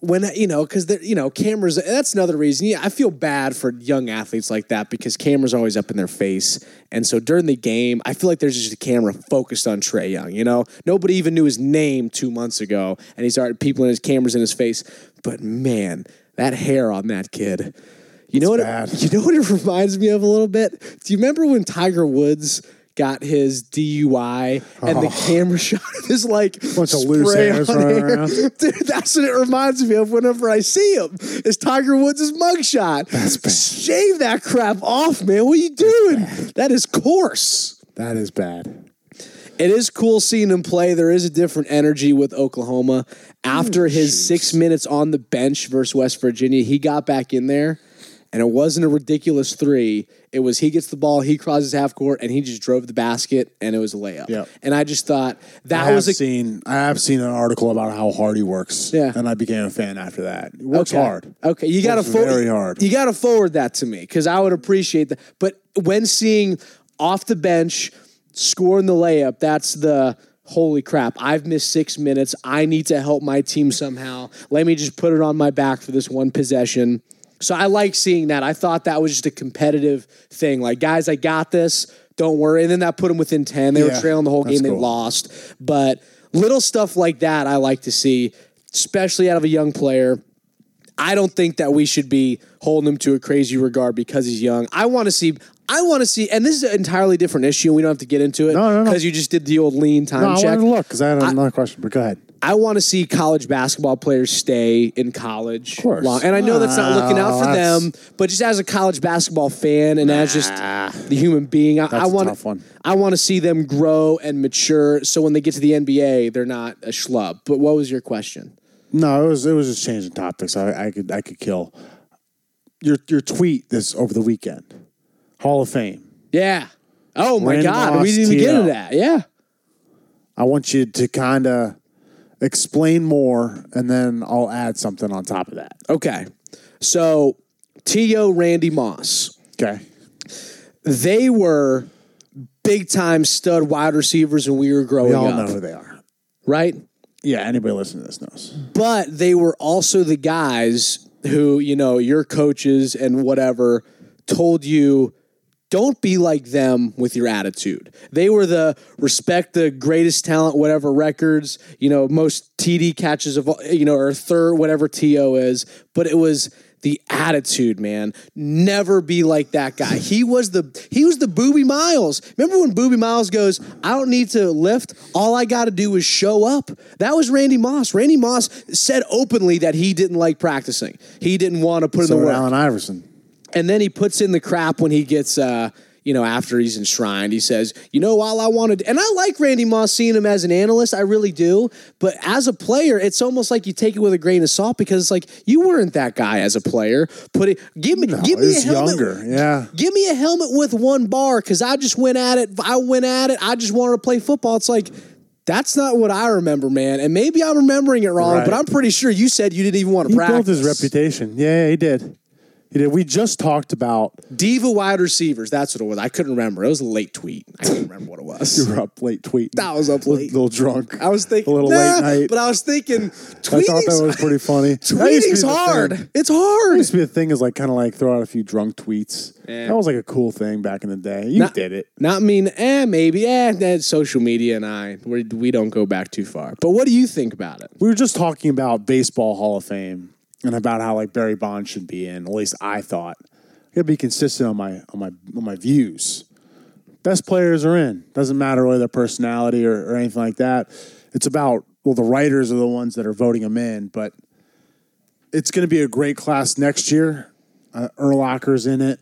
Speaker 3: when you know because you know cameras. That's another reason. Yeah, I feel bad for young athletes like that because cameras are always up in their face, and so during the game, I feel like there's just a camera focused on Trey Young. You know, nobody even knew his name two months ago, and he's already people in his cameras in his face. But man, that hair on that kid. You know what?
Speaker 4: bad.
Speaker 3: It, you know what it (laughs) reminds me of a little bit. Do you remember when Tiger Woods got his DUI and the camera (laughs) shot of his like
Speaker 4: Bunch of loose
Speaker 3: spray
Speaker 4: hairs
Speaker 3: on
Speaker 4: running
Speaker 3: hair?
Speaker 4: around.
Speaker 3: (laughs) Dude, that's what it reminds me of whenever I see him. Is Tiger Woods' mugshot. That's
Speaker 4: bad.
Speaker 3: Shave that crap off, man. What are you doing? That is coarse.
Speaker 4: That is bad.
Speaker 3: It is cool seeing him play. There is a different energy with Oklahoma. After his six minutes on the bench versus West Virginia, he got back in there, and it wasn't a ridiculous three. It was he gets the ball, he crosses half court, and he just drove the basket, and it was a layup.
Speaker 4: Yeah.
Speaker 3: And I just thought that
Speaker 4: I have
Speaker 3: was a
Speaker 4: seen I have seen an article about how hard he works.
Speaker 3: Yeah.
Speaker 4: And I became a fan after that. He works
Speaker 3: Okay.
Speaker 4: hard.
Speaker 3: Okay, you got to
Speaker 4: Works
Speaker 3: forward
Speaker 4: very hard.
Speaker 3: You got to forward that to me because I would appreciate that. But when seeing off the bench scoring the layup, that's the holy crap! I've missed six minutes. I need to help my team somehow. Let me just put it on my back for this one possession. So I like seeing that. I thought that was just a competitive thing. Like, guys, I got this. Don't worry. And then that put them within ten. They were
Speaker 4: Yeah,
Speaker 3: trailing the whole
Speaker 4: that's
Speaker 3: game. They
Speaker 4: cool.
Speaker 3: lost lost. But little stuff like that I like to see, especially out of a young player. I don't think that we should be holding him to a crazy regard because he's young. I want to see I want to see and this is an entirely different issue and we don't have to get into it
Speaker 4: No, no, no.
Speaker 3: you just did the old lean time
Speaker 4: No, I
Speaker 3: check.
Speaker 4: wanted to look because I had another question, but go ahead.
Speaker 3: I want to see college basketball players stay in college. Of
Speaker 4: course.
Speaker 3: And I know that's not looking out
Speaker 4: Wow,
Speaker 3: for
Speaker 4: that's-
Speaker 3: them, but just as a college basketball fan and as just the human being, I, I
Speaker 4: a
Speaker 3: want
Speaker 4: tough one.
Speaker 3: I want to see them grow and mature so when they get to the NBA, they're not a schlub. But what was your question?
Speaker 4: No, it was it was just changing topics. I, I could I could kill your your tweet this over the weekend. Hall of Fame.
Speaker 3: Yeah. Oh my
Speaker 4: Ren
Speaker 3: God.
Speaker 4: Moss
Speaker 3: we didn't even get
Speaker 4: TO.
Speaker 3: into that. Yeah.
Speaker 4: I want you to kind of explain more, and then I'll add something on top of that.
Speaker 3: Okay. So T.O. Randy Moss.
Speaker 4: Okay.
Speaker 3: They were big time stud wide receivers when we were growing
Speaker 4: We all know
Speaker 3: up.
Speaker 4: who they are.
Speaker 3: Right?
Speaker 4: Yeah, anybody listening to this knows.
Speaker 3: but they were also the guys who you know your coaches and whatever told you Don't be like them with your attitude. They were the respect the greatest talent, whatever records, you know, most TD catches of, all- you know, or third, whatever TO is. But it was the attitude, man. Never be like that guy. He was the he was the Booby Miles. Remember when Booby Miles goes, "I don't need to lift. All I got to do is show up." That was Randy Moss. Randy Moss said openly that he didn't like practicing. He didn't want to put
Speaker 4: So
Speaker 3: in the
Speaker 4: did
Speaker 3: work
Speaker 4: Allen Iverson.
Speaker 3: and then he puts in the crap when he gets uh you know after he's enshrined he says you know all i wanted and i like randy moss seeing him as an analyst i really do but as a player it's almost like you take it with a grain of salt because it's like you weren't that guy as a player put it give me
Speaker 4: No,
Speaker 3: give me
Speaker 4: he
Speaker 3: a
Speaker 4: was
Speaker 3: helmet
Speaker 4: younger. Yeah.
Speaker 3: give me a helmet with one bar because I just went at it. I went at it. I just wanted to play football. It's like, that's not what I remember, man. And maybe I'm remembering it wrong,
Speaker 4: Right.
Speaker 3: but I'm pretty sure you said you didn't even want to
Speaker 4: He
Speaker 3: practice.
Speaker 4: built his reputation. Yeah, yeah, he did. He did. We just talked about
Speaker 3: Diva wide receivers. That's what it was. I couldn't remember. It was a late tweet. I can't remember what it (laughs)
Speaker 4: you
Speaker 3: was.
Speaker 4: were up late tweeting.
Speaker 3: I was up
Speaker 4: A
Speaker 3: late.
Speaker 4: little drunk.
Speaker 3: I was thinking
Speaker 4: a little
Speaker 3: nah,
Speaker 4: late night.
Speaker 3: but I was thinking
Speaker 4: I thought
Speaker 3: (laughs)
Speaker 4: that
Speaker 3: tweeting's,
Speaker 4: was pretty funny. That used to be
Speaker 3: tweeting's
Speaker 4: the
Speaker 3: hard.
Speaker 4: thing.
Speaker 3: It's
Speaker 4: That
Speaker 3: hard.
Speaker 4: used to be a thing is like kind of like throw out a few drunk tweets. That was like a cool thing back in the day. You
Speaker 3: Not-
Speaker 4: did it.
Speaker 3: Not mean, eh, maybe, eh, that's social media and I, we we don't go back too far. But what do you think about it?
Speaker 4: We were just talking about baseball Hall of Fame and about how like Barry Bonds should be in. At least I thought. I gotta be consistent on my on my on my views. Best players are in. Doesn't matter whether their personality or, or anything like that. It's about well, the writers are the ones that are voting them in, but it's going to be a great class next year. Uh, Erlacher's in it,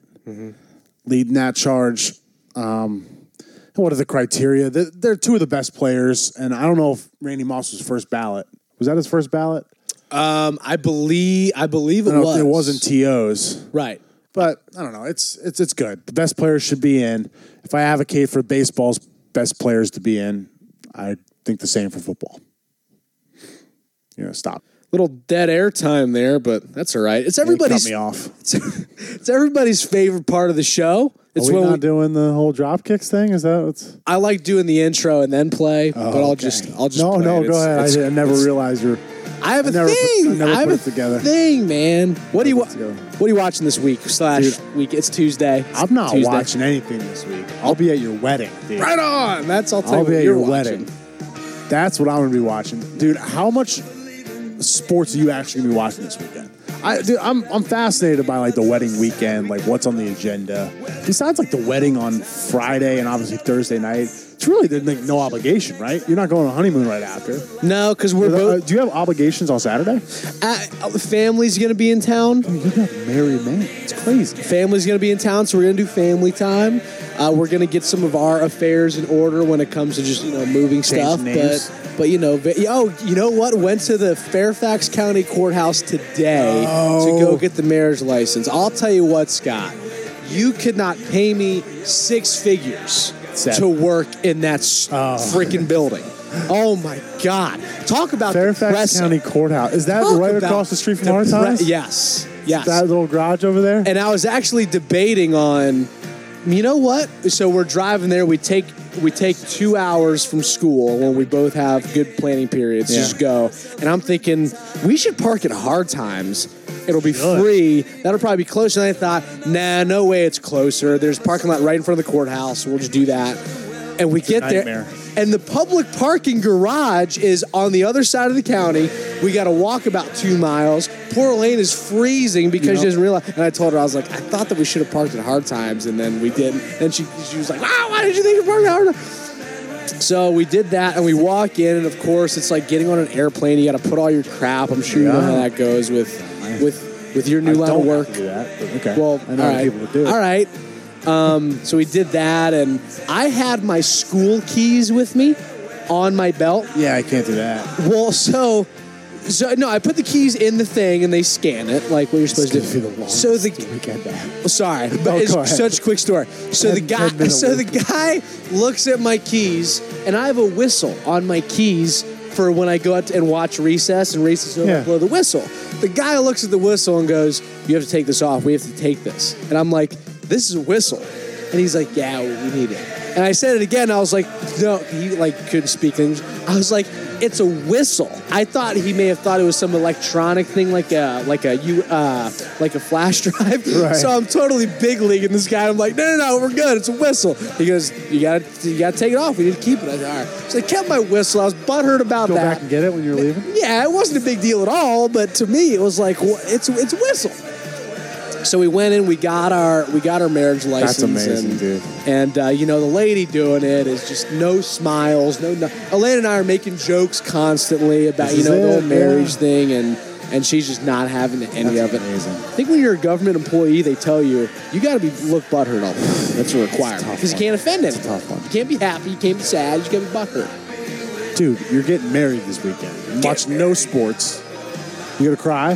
Speaker 4: leading that charge. And What are the criteria? They're, they're two of the best players, and I don't know if Randy Moss was first ballot. Was that his first ballot?
Speaker 3: Um, I believe, I believe it
Speaker 4: I don't know
Speaker 3: was.
Speaker 4: if It wasn't tos,
Speaker 3: right.
Speaker 4: but I don't know. It's it's it's good. The best players should be in. If I advocate for baseball's best players to be in, I think the same for football. You know, stop.
Speaker 3: Little dead air time there, but that's all right. It's
Speaker 4: You cut
Speaker 3: everybody's.
Speaker 4: me off.
Speaker 3: (laughs) It's, everybody's favorite part of the show. It's
Speaker 4: Are we
Speaker 3: when
Speaker 4: not
Speaker 3: we,
Speaker 4: doing the whole drop kicks thing? Is that what's?
Speaker 3: I like doing the intro and then play, but I'll
Speaker 4: Oh, Okay.
Speaker 3: just I'll just
Speaker 4: no
Speaker 3: play
Speaker 4: no
Speaker 3: it.
Speaker 4: go
Speaker 3: It's-
Speaker 4: ahead. I,
Speaker 3: it's-
Speaker 4: did- I never
Speaker 3: it's-
Speaker 4: realized you're.
Speaker 3: I have a
Speaker 4: I never put-
Speaker 3: thing.
Speaker 4: I never
Speaker 3: have
Speaker 4: put
Speaker 3: a
Speaker 4: it together.
Speaker 3: Thing, man. What do you
Speaker 4: Never
Speaker 3: what?
Speaker 4: put it together.
Speaker 3: What are you watching this week slash
Speaker 4: Dude,
Speaker 3: week? It's Tuesday.
Speaker 4: I'm not
Speaker 3: Tuesday.
Speaker 4: watching anything this week. I'll be at your wedding. Dude.
Speaker 3: Right on. That's I'll tell you
Speaker 4: I'll
Speaker 3: what
Speaker 4: be at
Speaker 3: you're
Speaker 4: your
Speaker 3: watching.
Speaker 4: wedding. That's what I'm gonna be watching, dude. How much sports are you actually gonna be watching this weekend? I, dude, I'm I'm fascinated by like the wedding weekend, like what's on the agenda. Besides like the wedding on Friday and obviously Thursday night, it's really there's like no obligation, right? You're not going on honeymoon right after.
Speaker 3: No, because we're
Speaker 4: Uh,
Speaker 3: both
Speaker 4: do you have obligations on Saturday?
Speaker 3: uh, family's gonna be in town.
Speaker 4: You're not married man. It's crazy.
Speaker 3: Family's going to be in town, so we're going to do family time. Uh, we're going to get some of our affairs in order when it comes to just you know moving stuff.
Speaker 4: names.
Speaker 3: But but you know, vi- oh, you know what? Went to the Fairfax County Courthouse today to
Speaker 4: Oh.
Speaker 3: go get the marriage license. I'll tell you what, Scott, you could not pay me six figures
Speaker 4: Seven.
Speaker 3: to work in that s freaking building. Oh my God! Talk about
Speaker 4: Fairfax
Speaker 3: depressing.
Speaker 4: County Courthouse. Is
Speaker 3: (laughs)
Speaker 4: that
Speaker 3: Talk
Speaker 4: right
Speaker 3: about
Speaker 4: across the street from our
Speaker 3: depre-
Speaker 4: house?
Speaker 3: Yes. Yes
Speaker 4: That little garage over there.
Speaker 3: and I was actually debating on, you know what? So we're driving there. We take we take two hours from school when we both have good planning periods.
Speaker 4: Yeah.
Speaker 3: Just go, and I'm thinking we should park at Hard Times. It'll be free. That'll probably be closer. And I thought, nah, no way, it's closer. There's a parking lot right in front of the courthouse. We'll just do that. And we get
Speaker 4: nightmare.
Speaker 3: there. And the public parking garage is on the other side of the county. We got to walk about two miles. Poor Elaine is freezing because she doesn't realize. And I told her, I was like, I thought that we should have parked at Hard Times, and then we didn't. And she, she was like, Wow, why did you think we parked at Hard Times? So we did that, and we walk in, and of course, it's like getting on an airplane. You got to put all your crap. I'm sure you know
Speaker 4: Yeah.
Speaker 3: how that goes with with with your new
Speaker 4: I
Speaker 3: line
Speaker 4: don't
Speaker 3: of work.
Speaker 4: have to do that, but okay.
Speaker 3: Well,
Speaker 4: I know
Speaker 3: all right.
Speaker 4: people that do it.
Speaker 3: All right. Um, so we did that, and I had my school keys with me on my belt.
Speaker 4: Yeah, I can't do that.
Speaker 3: Well, so, so no, I put the keys in the thing, and they scan it like what you're supposed
Speaker 4: gonna
Speaker 3: to
Speaker 4: be the
Speaker 3: do.
Speaker 4: longest
Speaker 3: so the
Speaker 4: Weekend back.
Speaker 3: Oh, sorry, but
Speaker 4: (laughs) No,
Speaker 3: it's
Speaker 4: go ahead.
Speaker 3: such a quick story. So the
Speaker 4: Ten- ten
Speaker 3: guy, (laughs)
Speaker 4: minute
Speaker 3: so the guy looks at my keys, and I have a whistle on my keys for when I go out and watch recess, and recess is over,
Speaker 4: Yeah.
Speaker 3: blow the whistle. The guy looks at the whistle and goes, "You have to take this off. We have to take this." And I'm like, "This is a whistle." And he's like, yeah, we need it. And I said it again. I was like, no, he like couldn't speak English. I was like, it's a whistle. I thought he may have thought it was some electronic thing, like a like a you uh, like a flash (laughs) drive.
Speaker 4: Right.
Speaker 3: So I'm totally big league in this guy. I'm like, no, no, no, we're good. It's a whistle. He goes, you gotta you gotta take it off. We need to keep it. I said, all right. So I kept my whistle. I was butthurt about
Speaker 4: Go
Speaker 3: that.
Speaker 4: back and get it when you're leaving.
Speaker 3: Yeah, it wasn't a big deal at all, but to me, it was like wha- it's it's a whistle. So we went in, we got our we got our marriage license.
Speaker 5: amazing,
Speaker 3: and,
Speaker 5: dude.
Speaker 3: And uh, you know, the lady doing it is just no smiles, no. no Elaine and I are making jokes constantly about
Speaker 4: This
Speaker 3: you
Speaker 4: is
Speaker 3: know the whole
Speaker 4: it,
Speaker 3: marriage
Speaker 4: yeah.
Speaker 3: thing, and and she's just not having any
Speaker 5: That's
Speaker 3: of it.
Speaker 5: amazing.
Speaker 3: I think when you're a government employee, they tell you you got to be look butthurt all the time. That's a requirement because you
Speaker 5: one.
Speaker 3: can't offend
Speaker 5: It's a
Speaker 3: anyone.
Speaker 5: tough one.
Speaker 3: You can't be happy. You can't be sad. You can't be butthurt.
Speaker 4: Dude, you're getting married this weekend. Watch no sports. You gonna cry?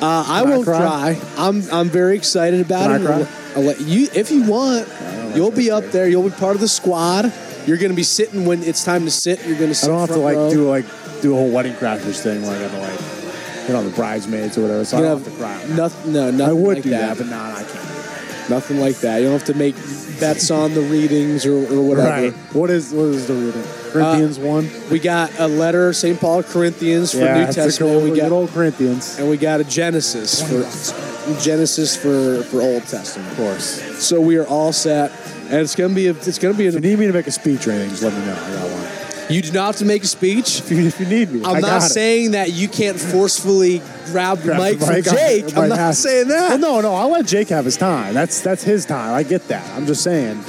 Speaker 3: Uh, I
Speaker 4: Can I
Speaker 3: won't cry?
Speaker 4: cry?
Speaker 3: I'm I'm very excited about
Speaker 4: Can I
Speaker 3: it.
Speaker 4: cry?
Speaker 3: I'll let you if you want. You'll be up there. You'll be part of the squad. You're going to be sitting when it's time to sit. You're going to.
Speaker 4: I
Speaker 3: sit
Speaker 4: don't have to
Speaker 3: front
Speaker 4: like
Speaker 3: row.
Speaker 4: do like do a whole wedding crashers thing where I gotta like you know the bridesmaids or whatever. So I
Speaker 3: You're
Speaker 4: don't
Speaker 3: gonna
Speaker 4: have to cry.
Speaker 3: Nothing. No, nothing
Speaker 4: I would
Speaker 3: like
Speaker 4: do
Speaker 3: that.
Speaker 4: that, but nah, I can't.
Speaker 3: nothing like that. You don't have to make bets on the readings or, or whatever.
Speaker 4: Right. What is what is the reading? Corinthians one.
Speaker 3: We got a letter, St. Paul Corinthians for Uh, New
Speaker 4: it's a
Speaker 3: Testament. we
Speaker 4: good,
Speaker 3: got
Speaker 4: good old Corinthians.
Speaker 3: and we got a Genesis for Genesis for for Old Testament.
Speaker 4: Of course. If
Speaker 3: So we are all set, and it's gonna be a, it's gonna be
Speaker 4: you
Speaker 3: an.
Speaker 4: need me to make a speech or anything, just let me know. I got one.
Speaker 3: You do not have to make a speech.
Speaker 4: If you, if you need me,
Speaker 3: I'm
Speaker 4: I
Speaker 3: not
Speaker 4: got it.
Speaker 3: saying that you can't forcefully grab the
Speaker 4: Grab the
Speaker 3: mic from
Speaker 4: mic, (laughs) I-
Speaker 3: Jake.
Speaker 4: I
Speaker 3: I'm not
Speaker 4: have-
Speaker 3: saying
Speaker 4: Well,
Speaker 3: that.
Speaker 4: no, no. I'll let Jake have his time. That's that's his time. I get that. I'm just saying.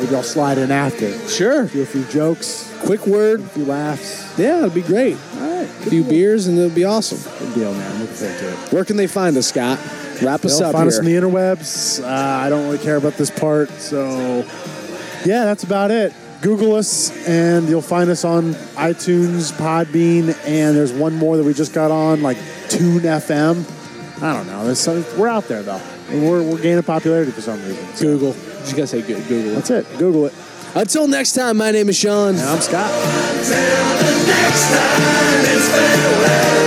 Speaker 4: Maybe I'll slide in after.
Speaker 3: Sure.
Speaker 4: Do a few jokes,
Speaker 3: Quick word.
Speaker 4: a few laughs.
Speaker 3: Yeah, it'd be great.
Speaker 4: All right.
Speaker 3: A few beers and it'll be awesome.
Speaker 4: Good deal, man. Looking forward to it.
Speaker 3: Where can they find us, Scott? Wrap us
Speaker 4: They'll
Speaker 3: up
Speaker 4: find
Speaker 3: here.
Speaker 4: us in the interwebs. Uh, I don't really care about this part, so yeah, that's about it. Google us, and you'll find us on iTunes, Podbean, and there's one more that we just got on, like Tune FM. I don't know. There's some, we're out there though, and we're we're gaining popularity for some reason. So
Speaker 3: Google. Just gotta say Go- Google.
Speaker 4: that's it. Google it.
Speaker 3: Until next time, my name is Sean.
Speaker 4: And I'm Scott.
Speaker 6: Next time it's farewell.